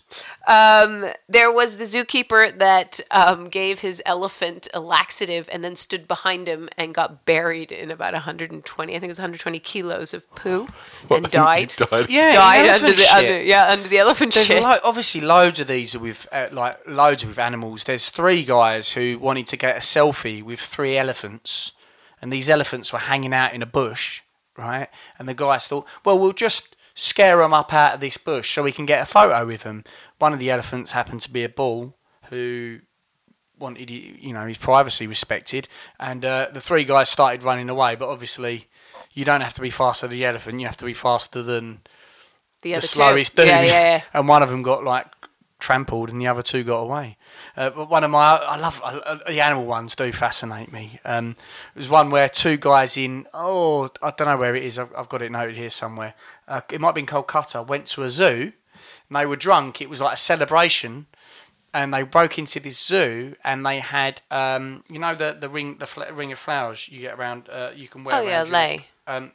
S6: Um, there was the zookeeper that um, gave his elephant a laxative and then stood behind him and got buried in about 120, I think it was 120 kilos of poo and died.
S5: died.
S1: Yeah,
S6: died
S1: elephant
S6: under the
S1: shit.
S6: under, yeah under the elephant
S1: There's
S6: shit.
S1: lo- obviously loads of these with uh, like loads with animals. There's three guys who wanted to get a selfie with three elephants, and these elephants were hanging out in a bush, right? And the guys thought, well, we'll just scare them up out of this bush so we can get a photo with them. One of the elephants happened to be a bull who wanted, you know, his privacy respected, and uh, the three guys started running away. But obviously, you don't have to be faster than the elephant; you have to be faster than
S6: the
S1: the,
S6: other two.
S1: slowest dude.
S6: Yeah, yeah, yeah.
S1: and one of them got like trampled, and the other two got away. Uh, but one of my, I love I, I- the animal ones. Do fascinate me. Um, there was one where two guys in, oh, I don't know where it is. I've, I've got it noted here somewhere. Uh, it might have been Kolkata. Went to a zoo, and they were drunk. It was like a celebration. And they broke into this zoo, and they had, um, you know, the the ring, the fl- ring of flowers you get around. Uh, you can wear.
S6: Oh, yeah,
S1: around your-
S6: lei.
S1: Um,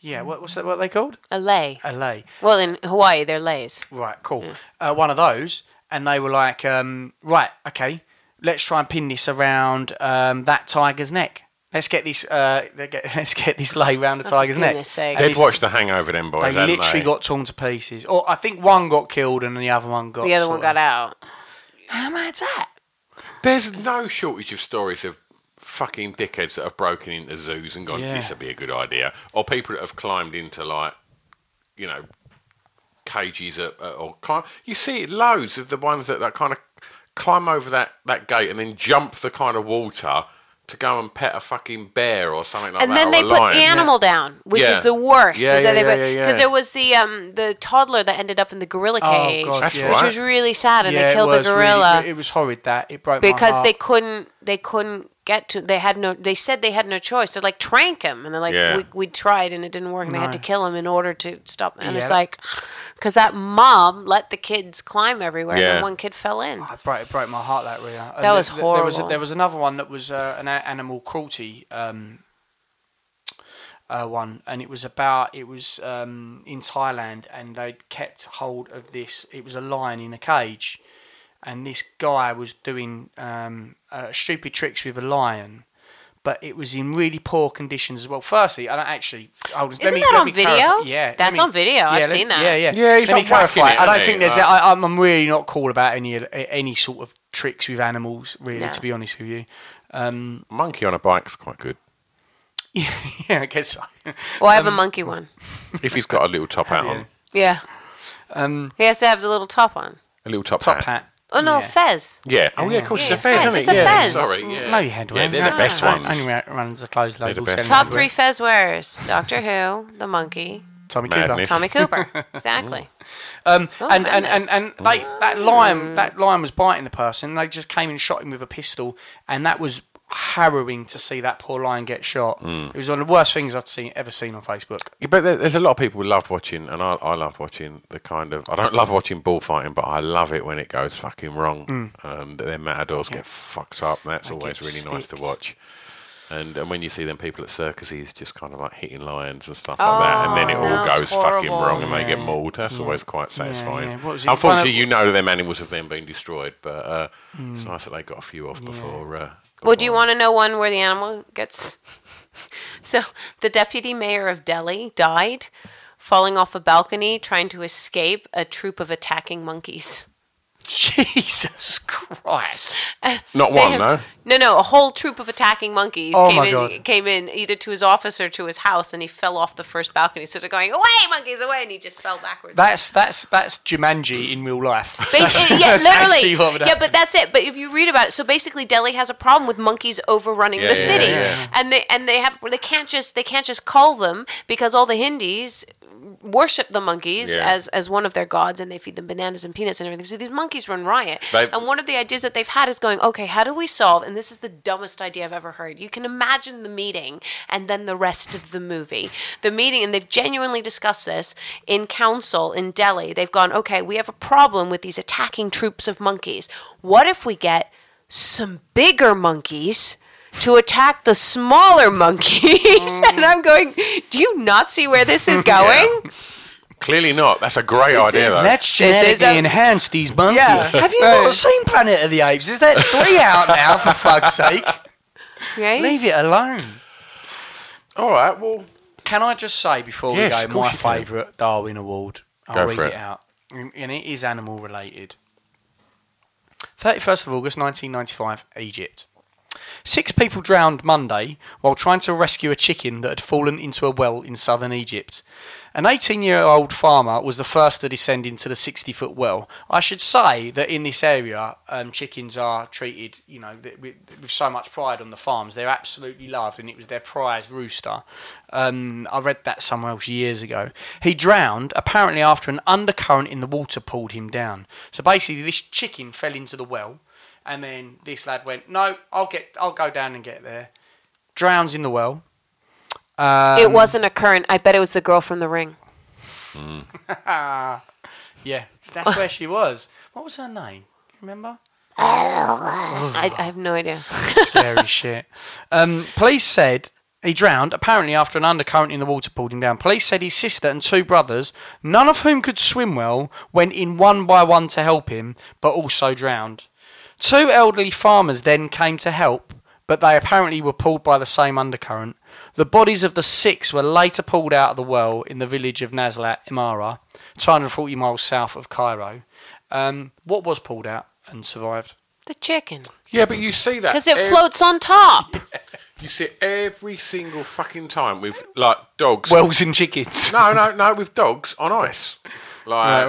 S1: Yeah, what, what's that, what are they called?
S6: A lay.
S1: A lay.
S6: Well, in Hawaii, they're lays.
S1: Right, cool. Uh, one of those, and they were like, um, right, okay, let's try and pin this around um, that tiger's neck. Let's get this. Uh, they get- let's get this lay round the
S6: Oh, for
S1: tiger's neck.
S6: goodness sake.
S1: And
S5: They'd
S1: this-
S5: watched The Hangover, them boys.
S1: They
S5: hadn't
S1: literally got torn to pieces. Or I think one got killed and the other one got.
S6: the other one
S1: sort of-
S6: got out.
S1: How mad's that?
S5: There's no shortage of stories of fucking dickheads that have broken into zoos and gone,
S1: Yeah.
S5: this would be a good idea. Or people that have climbed into, like, you know, cages at, at- or climb. You see loads of the ones that, that kind of climb over that, that gate and then jump the kind of water to go and pet a fucking bear or something like
S6: and
S5: that.
S6: then
S5: or
S6: they
S5: a
S6: put
S5: lion.
S6: the animal down, which
S5: Yeah.
S6: is the worst.
S5: Yeah,
S6: is
S5: yeah,
S6: that they
S5: yeah,
S6: put-
S5: yeah, yeah.
S6: there was the um the toddler that ended up in the gorilla
S1: Oh,
S6: cage,
S1: God, That's
S6: which
S1: yeah.
S6: was
S1: right.
S6: really sad, and
S1: Yeah,
S6: they
S1: it
S6: killed
S1: was
S6: the
S1: really-
S6: gorilla
S1: it was horrid that it broke my
S6: because they
S1: heart.
S6: couldn't they couldn't get to they had no they said they had no choice. They're like trank him, and they're like
S1: Yeah.
S6: we, we tried and it didn't work, and they had
S1: No.
S6: to kill him in order to stop. And it's
S1: Yeah.
S6: like because that mom let the kids climb everywhere, and
S1: Yeah.
S6: then one kid fell in.
S1: It broke, it broke my heart that really. That
S6: was
S1: There was,
S6: horrible.
S1: there was another one that was uh, an a- animal cruelty um, uh, one, and it was about it was um, in Thailand, and they kept hold of this. It was a lion in a cage, and this guy was doing um, uh, stupid tricks with a lion. But it was in really poor conditions as well. Firstly, I don't actually. Hold on, let
S6: Isn't
S1: me,
S6: that
S1: let
S6: on
S1: me
S6: video?
S1: clarify- Yeah, let
S6: That's
S1: me-
S6: on video. I've
S1: yeah, let-
S6: seen that.
S1: Yeah, yeah.
S6: Yeah, he's
S1: Let me
S6: not whacking
S1: clarify.
S6: it,
S1: I don't
S6: isn't
S1: think
S6: he?
S1: there's.
S6: Like-
S1: I, I'm- I'm really not cool about any any sort of tricks with animals. Really,
S5: No.
S1: to be honest with you. Um,
S5: Monkey on a bike's quite good.
S1: yeah, I guess. So.
S6: Well, I have
S1: Um,
S6: a monkey one.
S5: if he's got a little top hat on.
S6: Yeah,
S1: Um,
S6: he has to have the little top on.
S5: A little top,
S1: hat.
S6: Oh no,
S1: Yeah.
S6: fez.
S5: Yeah. Oh, yeah, of course, it's a fez,
S6: fez,
S5: isn't
S6: it's
S5: it?
S6: a
S5: yeah.
S6: fez.
S5: Sorry.
S6: Mm,
S5: Yeah.
S1: No, you had
S5: Yeah,
S1: one.
S5: they're the
S1: No,
S5: best
S1: no, no.
S5: ones.
S1: Only ra- runs a clothes
S5: They're the
S1: label.
S5: best
S1: selling
S6: Top
S1: everywhere.
S6: three fez wearers: Doctor Who, the monkey,
S1: Tommy
S5: Madness.
S6: Tommy Cooper. Exactly.
S1: Um,
S6: Oh,
S1: and, and, and,
S6: madness. Mm.
S1: and they, that lion that lion was biting the person. They just came and shot him with a pistol, and that was harrowing to see that poor lion get shot. It was one of the worst things I'd seen ever seen on Facebook.
S5: Yeah, But there- there's a lot of people who love watching, and I, I love watching the kind of. I don't love watching bullfighting, but I love it when it goes fucking wrong
S1: Mm.
S5: and then matadors get fucked up. And that's
S1: They
S5: always
S1: get
S5: really nice to
S1: sticked.
S5: watch. And, and when you see them people at circuses just kind of like hitting lions and stuff like that, and then it
S1: Oh,
S5: all
S1: no,
S5: goes
S1: it's
S5: fucking
S1: horrible.
S5: wrong and they get
S1: Yeah,
S5: mauled, that's
S1: yeah.
S5: always quite
S1: Yeah,
S5: satisfying.
S1: yeah. What was it?
S5: Unfortunately,
S1: One of-
S5: you know that them animals have then been destroyed, but uh, it's nice that they got a few off before. Uh,
S6: Well, do you want to know one where the animal gets? so the deputy mayor of Delhi died, falling off a balcony trying to escape a troop of attacking monkeys.
S1: Jesus Christ!
S5: Not
S6: They
S5: one,
S6: have-
S5: though.
S6: No, no, a whole troop of attacking monkeys
S5: Oh,
S6: came
S5: my
S6: in
S5: God.
S6: came in either to his office or to his house and he fell off the first balcony. So they're going, Away, monkeys, away and he just fell backwards.
S1: That's that's that's Jumanji in real life.
S6: Ba- eh,
S1: That's-
S6: yeah,
S1: that's actually
S6: literally.
S1: what would
S6: Yeah, but that's it. But if you read about it, so basically Delhi has a problem with monkeys overrunning
S1: Yeah,
S6: the
S1: yeah,
S6: city,
S1: yeah, yeah.
S6: and they and they have they can't just they can't just call them because all the Hindis worship the monkeys
S5: Yeah.
S6: as as one of their gods, and they feed them bananas and peanuts and everything. So these monkeys run riot.
S5: They-
S6: and one of the ideas that they've had is going, okay, how do we solve? And this is the dumbest idea I've ever heard. You can imagine the meeting and then the rest of the movie. The meeting, and they've genuinely discussed this in council in Delhi. They've gone, okay, we have a problem with these attacking troops of monkeys. What if we get some bigger monkeys? To attack the smaller monkeys, and I'm going. Do you not see where this is going?
S5: Clearly not. That's a great
S6: This
S5: idea,
S6: is-
S5: though.
S1: Let's
S6: This is
S1: genetically
S6: a-
S1: enhance these monkeys.
S6: Yeah.
S1: um, Have you
S6: Yeah.
S1: not seen Planet of the Apes? Is that three out now, for fuck's sake?
S6: Right?
S1: Leave it alone.
S5: All right, well.
S1: Can I just say before
S5: Yes,
S1: we
S5: of
S1: go, my
S5: course you can.
S1: favourite Darwin Award? I'll
S5: Go
S1: read
S5: for
S1: it.
S5: it.
S1: out. And and it is animal related. 31st of August 1995, Egypt. Six people drowned Monday while trying to rescue a chicken that had fallen into a well in southern Egypt. An 18 year old farmer was the first to descend into the 60 foot well. I should say that in this area, um, chickens are treated, you know, th- with, with so much pride on the farms. They're absolutely loved, and it was their prize rooster. Um, I read that somewhere else years ago. He drowned apparently after an undercurrent in the water pulled him down. So basically, this chicken fell into the well. And then this lad went, "No, I'll get, I'll go down and get there." Drowns in the well. Um,
S6: it wasn't a current. I bet it was the girl from The Ring.
S1: yeah, that's where she was. What was her name? Remember?
S6: I, I have no idea.
S1: Scary shit. Um, police said He drowned, apparently after an undercurrent in the water pulled him down. Police said his sister and two brothers, none of whom could swim well, went in one by one to help him, but also drowned. Two elderly farmers then came to help, but they apparently were pulled by the same undercurrent. The bodies of the six were later pulled out of the well in the village of Naslat Imara, 240 miles south of Cairo. Um, what was pulled out and survived?
S6: The chicken.
S5: Yeah, but you see that
S6: Because it
S5: ev-
S6: floats on top.
S5: You see it every single fucking time with like dogs.
S1: Wells and chickens.
S5: no, no, no, with dogs on ice. Like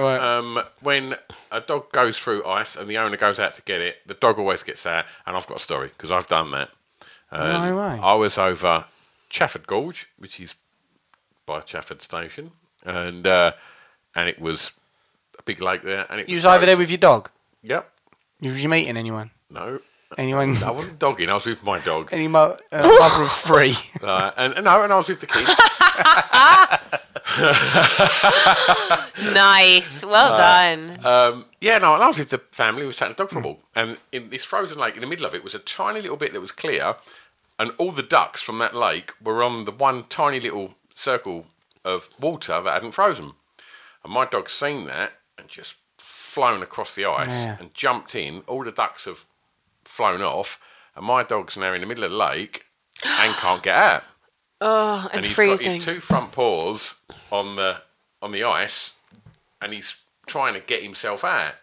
S1: Right, right.
S5: Um, when a dog goes through ice and the owner goes out to get it, the dog always gets out. And I've got a story because I've done that. Um,
S1: No way.
S5: I was over Chafford Gorge, which is by Chafford Station, and uh, and it was a big lake there. And it
S1: You was over there with your dog?
S5: Yep.
S1: Was you meeting anyone?
S5: No.
S1: Anyone?
S5: I wasn't dogging. I was with my dog.
S1: Any mo- uh, mother of three?
S5: Uh, and and no, and I was with the kids.
S6: nice. Well
S5: Uh,
S6: done.
S5: Um, yeah, no, and I was with the family. We was taking the dog for a walk, and in this frozen lake, in the middle of it, was a tiny little bit that was clear, and all the ducks from that lake were on the one tiny little circle of water that hadn't frozen. And my dog's seen that and just flown across the ice
S1: Yeah.
S5: and jumped in. All the ducks have flown off, and my dog's now in the middle of the lake and can't get out.
S6: Oh, and,
S5: he's
S6: freezing.
S5: got his two front paws on the on the ice, and he's trying to get himself out.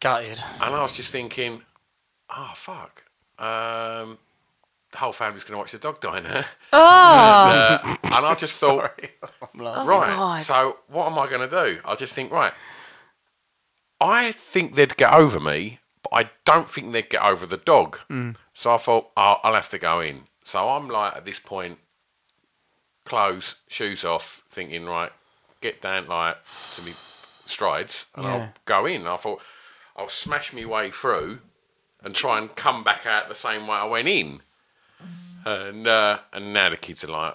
S1: Gutted.
S5: And I was just thinking, oh, fuck. Um, the whole family's going to watch the dog die now.
S6: Oh.
S5: And, uh, and I just thought,
S6: Oh,
S5: right,
S6: God.
S5: so what am I going to do? I just think, right, I think they'd get over me, but I don't think they'd get over the dog.
S6: Mm.
S5: So I thought, oh, I'll have to go in. So I'm like, at this point, clothes, shoes off, thinking, right, get down like to me strides and
S1: Yeah.
S5: I'll go in. I thought, I'll smash my way through and try and come back out the same way I went in. And uh, and now the kids are like,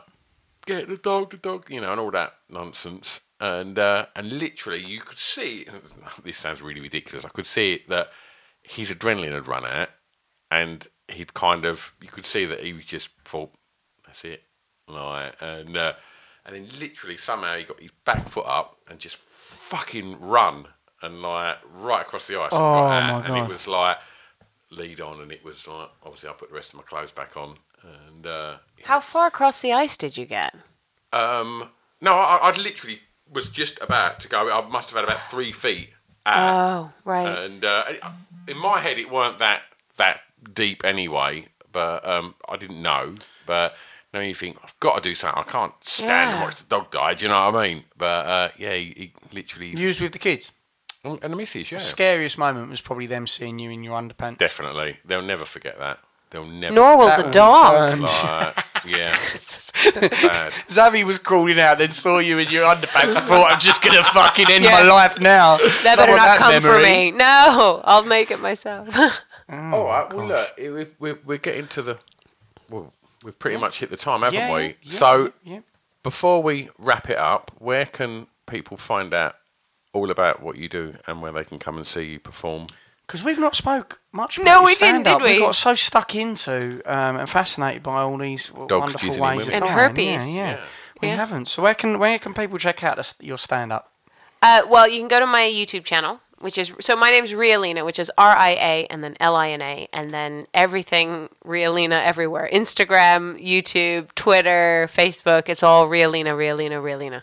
S5: get the dog, the dog, you know, and all that nonsense. And uh, and literally, you could see. This sounds really ridiculous. I could see that his adrenaline had run out, and he'd kind of. You could see that he was just thought, that's it, like, and uh, and then literally somehow he got his back foot up and just fucking run and like right across the ice.
S1: Oh,
S5: and got out,
S1: my
S5: And
S1: God.
S5: it was like lead on, and it was like obviously I put the rest of my clothes back on, and. Uh,
S6: How far across the ice did you get?
S5: um, no, I, I I'd literally was just about to go. I must have had about three feet. out.
S1: Uh.
S6: Oh, right.
S5: And uh, in my head, it weren't that that deep anyway. But um, I didn't know. But now you think I've got to do something. I can't stand and
S6: Yeah.
S5: watch the dog die. Do you know what I mean? But uh, yeah, he, he literally Mm,
S1: You was with the kids.
S5: and the missus. Yeah,
S1: The scariest moment was probably them seeing you in your underpants.
S5: definitely. They'll never forget that. They'll never.
S6: Nor will
S5: forget
S6: the dog.
S1: um,
S5: that. Like, yeah, bad.
S1: Zavi was crawling out, then saw you in your underpants and thought, I'm just going to fucking end my
S6: Yeah.
S1: life now.
S6: That better
S1: want
S6: not
S1: that
S6: come for
S1: memory.
S6: me. No, I'll make it myself.
S5: All right. Oh, Well, look, it- we've, we're, we're getting to the. Well, we've pretty much hit the time, haven't
S1: Yeah,
S5: we?
S1: yeah, yeah,
S5: so,
S1: yeah, yeah.
S5: before we wrap it up, where can people find out all about what you do and where they can come and see you perform?
S1: Because we've not spoke much.
S6: No,
S1: about
S6: we didn't,
S1: stand up.
S6: did we?
S1: got so stuck into um, and fascinated by all these w-
S5: Dogs
S1: wonderful
S5: jizzing in
S1: ways of
S5: women.
S6: And
S1: dying.
S6: herpes.
S1: Yeah, yeah.
S5: Yeah.
S1: we
S6: Yeah.
S1: haven't. So where can where can people check out us- your stand up?
S6: Uh, well, you can go to my YouTube channel, which is so my name's Rialina, which is R I A and then L I N A, and then everything Rialina everywhere Instagram, YouTube, Twitter, Facebook. It's all Rialina, Rialina, Rialina.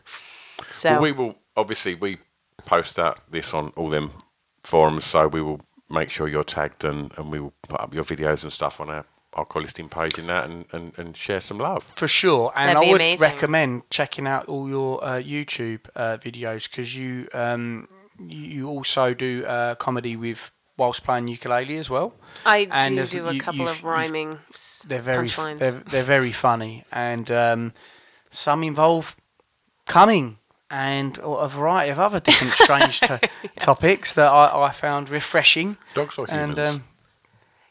S6: So,
S5: Well, we will obviously we post out this on all them forums, so we will make sure you're tagged and, and we will put up your videos and stuff on our our listing page and that and, and, and share some love.
S1: for sure. And
S6: That'd
S1: I
S6: be
S1: would
S6: amazing.
S1: recommend checking out all your uh, YouTube uh, videos because you um, you- you also do uh, comedy with whilst playing ukulele as well.
S6: I
S1: and
S6: do
S1: there's-
S6: do a
S1: you-
S6: couple
S1: you've-
S6: of
S1: you've-
S6: rhyming s
S1: They're very
S6: punchlines.
S1: they're, they're very funny, and um, some involve coming and a variety of other different strange to- topics that I, I found refreshing.
S5: Dogs or
S1: And
S5: humans?
S1: um,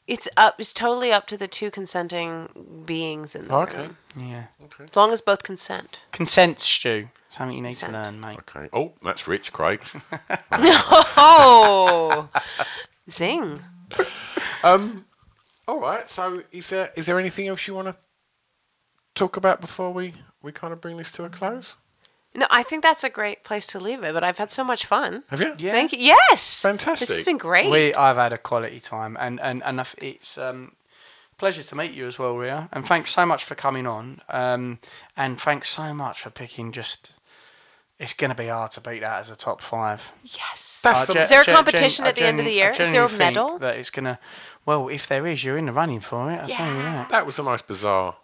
S6: It's up. It's totally up to the two consenting beings in the
S5: Okay.
S6: room.
S1: yeah,
S6: As long as both consent.
S1: consent, Stu. Something you need
S6: Consent.
S1: to learn, mate.
S5: Okay. Oh, that's rich, Craig.
S6: Oh, zing!
S5: Um, all right. So, is there is there anything else you want to talk about before we, we kind of bring this to a close?
S6: No, I think that's a great place to leave it. But I've had so much fun.
S5: Have you?
S10: Yeah.
S6: Thank you. Yes.
S5: Fantastic.
S6: This has been great.
S10: We, I've had a quality time, and and and if it's um, pleasure to meet you as well, Ria. And thanks so much for coming on. Um, and thanks so much for picking just. It's going to be hard to beat that as a top five.
S6: Yes.
S10: I
S6: Is
S10: gen-
S6: there a
S10: gen-
S6: competition
S10: gen-
S6: at the end of the
S10: I
S6: year? Is there a
S10: genuinely think
S6: medal?
S10: That it's going to. Well, if there is, you're in the running for it. I'll tell you that.
S5: That was the most bizarre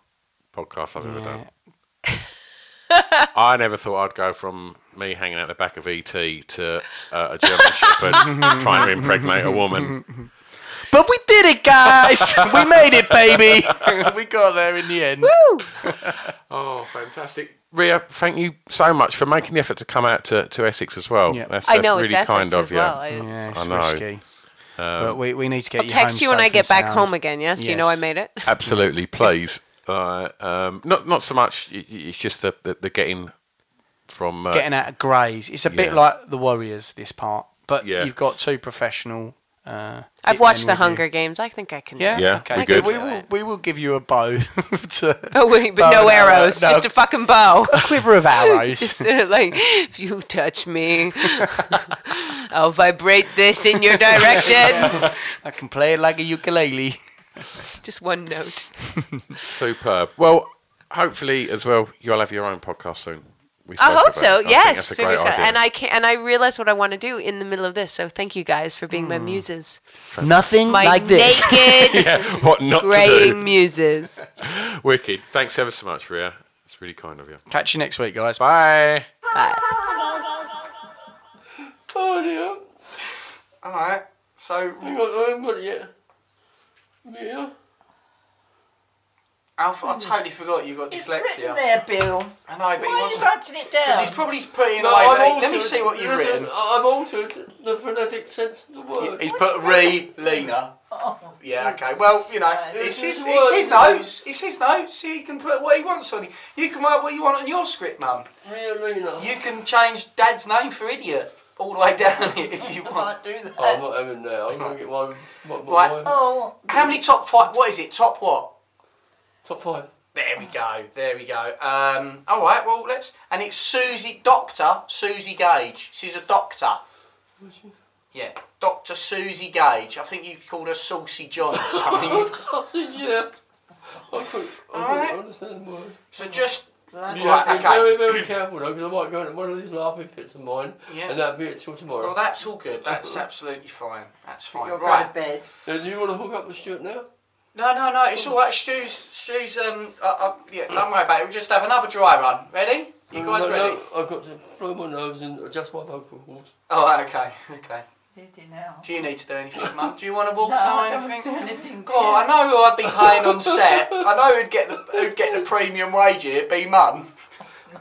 S5: podcast I've ever done. I never thought I'd go from me hanging out the back of ET to uh, a German Shepherd trying to impregnate a woman.
S10: But we did it, guys. we made it, baby. we got there in the end.
S6: Woo!
S5: Oh, fantastic. Ria, thank you so much for making the effort to come out to, to Essex as well.
S10: Yeah.
S5: That's,
S6: I
S5: that's
S6: know,
S5: really
S6: it's Essex
S5: kind of
S6: as
S5: you.
S6: well. I-
S10: Yeah, it's
S5: I know. Um,
S10: risky. but we, we need to get
S6: I'll
S10: you
S6: text
S10: home
S6: you when
S10: safe
S6: I
S10: and
S6: get back
S10: sound.
S6: home again. Yes, you know I
S10: Yes.
S6: made it.
S5: Absolutely, please. Uh, um, not not so much. y- y- It's just the, the, the getting from uh,
S10: Getting out of grays. It's a bit
S5: Yeah.
S10: like the Warriors this part, but
S5: Yeah.
S10: you've got two professional. Uh,
S6: I've
S10: hitmen
S6: watched The
S10: with you.
S6: Hunger Games. I think I can. do
S10: Yeah,
S6: it.
S5: Yeah,
S10: okay.
S5: we good?
S10: We will we will give you a bow. to
S6: Oh wait, but
S10: Bow
S6: no,
S10: and arrow,
S6: arrows,
S10: no.
S6: just a fucking bow.
S10: a quiver of arrows.
S6: just uh, like if you touch me, I'll vibrate this in your direction.
S10: I can play it like a ukulele.
S6: just one note.
S5: superb. Well, hopefully as well, you'll have your own podcast soon. We
S6: I
S5: spoke
S6: hope
S5: about it. I
S6: so.
S5: think
S6: yes,
S5: that's a
S6: figure it
S5: great
S6: out.
S5: idea.
S6: and I can and I realized what I want to do in the middle of this. So thank you guys for being my muses,
S10: Nothing
S6: my
S10: like this.
S6: naked
S5: what not to
S6: graying
S5: do?
S6: muses.
S5: Wicked. Thanks ever so much, Ria. It's really kind of you.
S10: Catch you next week, guys.
S5: Bye.
S2: Oh dear.
S1: Alright, so
S2: I got I haven't got it yet. Yeah.
S1: Alf, I totally forgot you got
S3: It's
S1: dyslexia.
S3: written there, Bill.
S1: I know, but he
S3: Why are you
S1: wants
S3: writing it
S1: Because
S3: down?
S1: he's probably putting
S2: No,
S1: away.
S2: I've
S1: the-
S2: altered,
S1: Let me see what you've
S2: listen,
S1: written.
S2: I've altered the phonetic sense of the word.
S1: He's put re Lena.
S3: Oh,
S1: Yeah, okay. Well, you know, it's his, it's his notes. It's his notes. He can put what he wants on it. You can write what you want on your script, Mum.
S2: Realina.
S1: You can change Dad's name for idiot all the way down here if you want.
S3: Can't do that.
S2: Oh, I'm not having that. I'm going to get one. What,
S1: Right.
S2: what, my
S3: Oh,
S1: How many top five? What is it? Top what?
S2: Top five.
S1: There we go. There we go. Um, all right. Well, let's. And it's Susie Doctor Susie Gage. She's a doctor. Yeah, Doctor Susie Gage. I think you called her Saucy John or something.
S2: yeah. I couldn't, I
S1: Alright.
S2: couldn't understand why.
S1: so just.
S2: You
S1: Right,
S2: have to be
S1: okay.
S2: very, very careful though, because I might go into one of these laughing fits of mine,
S1: Yeah.
S2: and that'll be it till tomorrow.
S1: Well, that's all good. That's absolutely fine. That's fine.
S3: you're going
S1: right.
S3: to bed.
S2: Now, Uh, do you want to hook up with Stuart now?
S1: No, no, no. It's all right. Stu's, Stu's. Um, uh, uh, yeah, don't worry about it. We'll just have another dry run. Ready?
S3: Mm,
S1: You guys
S2: no,
S1: ready?
S2: No, I've got to blow my nose and adjust my vocal cords.
S1: Oh, okay, okay.
S3: Ready now.
S1: Do you need to do anything, Mum? Do you want to walk
S3: No,
S1: or
S3: I don't
S1: anything?
S3: want to do anything.
S1: God, I know who I'd be paying on set. I know who'd get the who'd get the premium wage here. It'd be Mum.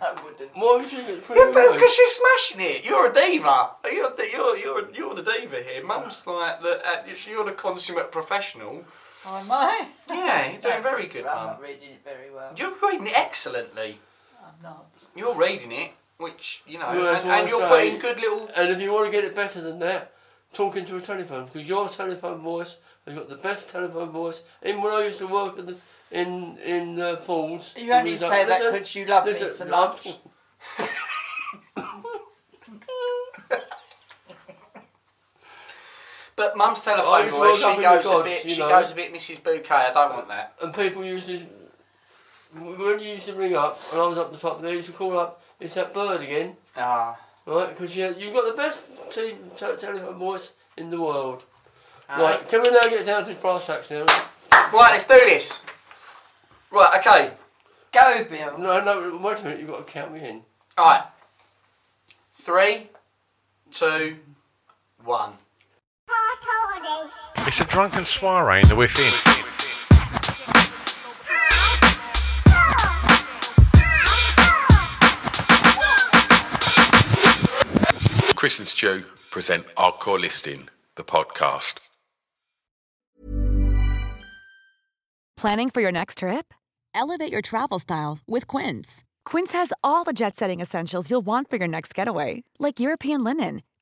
S3: I wouldn't.
S2: Why would you get
S1: Yeah, but because she's smashing it. You're a diva. You're the, you're you're you're the diva here. Mum's like the uh, you're the consummate professional.
S3: Oh, am I?
S1: Yeah, you're doing very good,
S3: I'm
S1: Mum.
S3: not reading it very well.
S1: You're reading it excellently.
S3: I'm not.
S1: You're reading it, which you know,
S2: Well, that's
S1: and,
S2: what
S1: and
S2: I
S1: you're
S2: say.
S1: putting good little.
S2: And if you want to get it better than that, talk into a telephone because your telephone voice has got the best telephone voice. Even when I used to work in the, in in uh, Falls,
S3: You only
S2: it was like,
S3: say that
S2: "Listen,
S3: 'cause you love me
S2: listen,
S3: so
S2: I'm
S3: much."
S2: talking."
S1: But Mum's
S2: I
S1: telephone
S2: was
S1: voice,
S2: rolled
S1: she
S2: up in
S1: goes
S2: the
S1: a
S2: gods,
S1: bit.
S2: you
S1: She
S2: know.
S1: goes a bit Mrs. Bouquet. I don't want that.
S2: And people used to when you used to ring up, and I was up the top, they used to call up. It's that bird again,
S1: Ah.
S2: right? Because you you've got the best te- te- telephone voice in the world. Right, can we now get down to brass tacks now?
S1: Right, let's do this. Right, okay.
S3: Go, Bill.
S2: No, no, wait a minute, you've got to count me in.
S1: All right. Three, two, one.
S11: It's a drunken soiree in the within.
S5: Chris and Stu present Our Core Listing, the podcast.
S12: Planning for your next trip? Elevate your travel style with Quince. Quince has all the jet setting essentials you'll want for your next getaway, like European linen,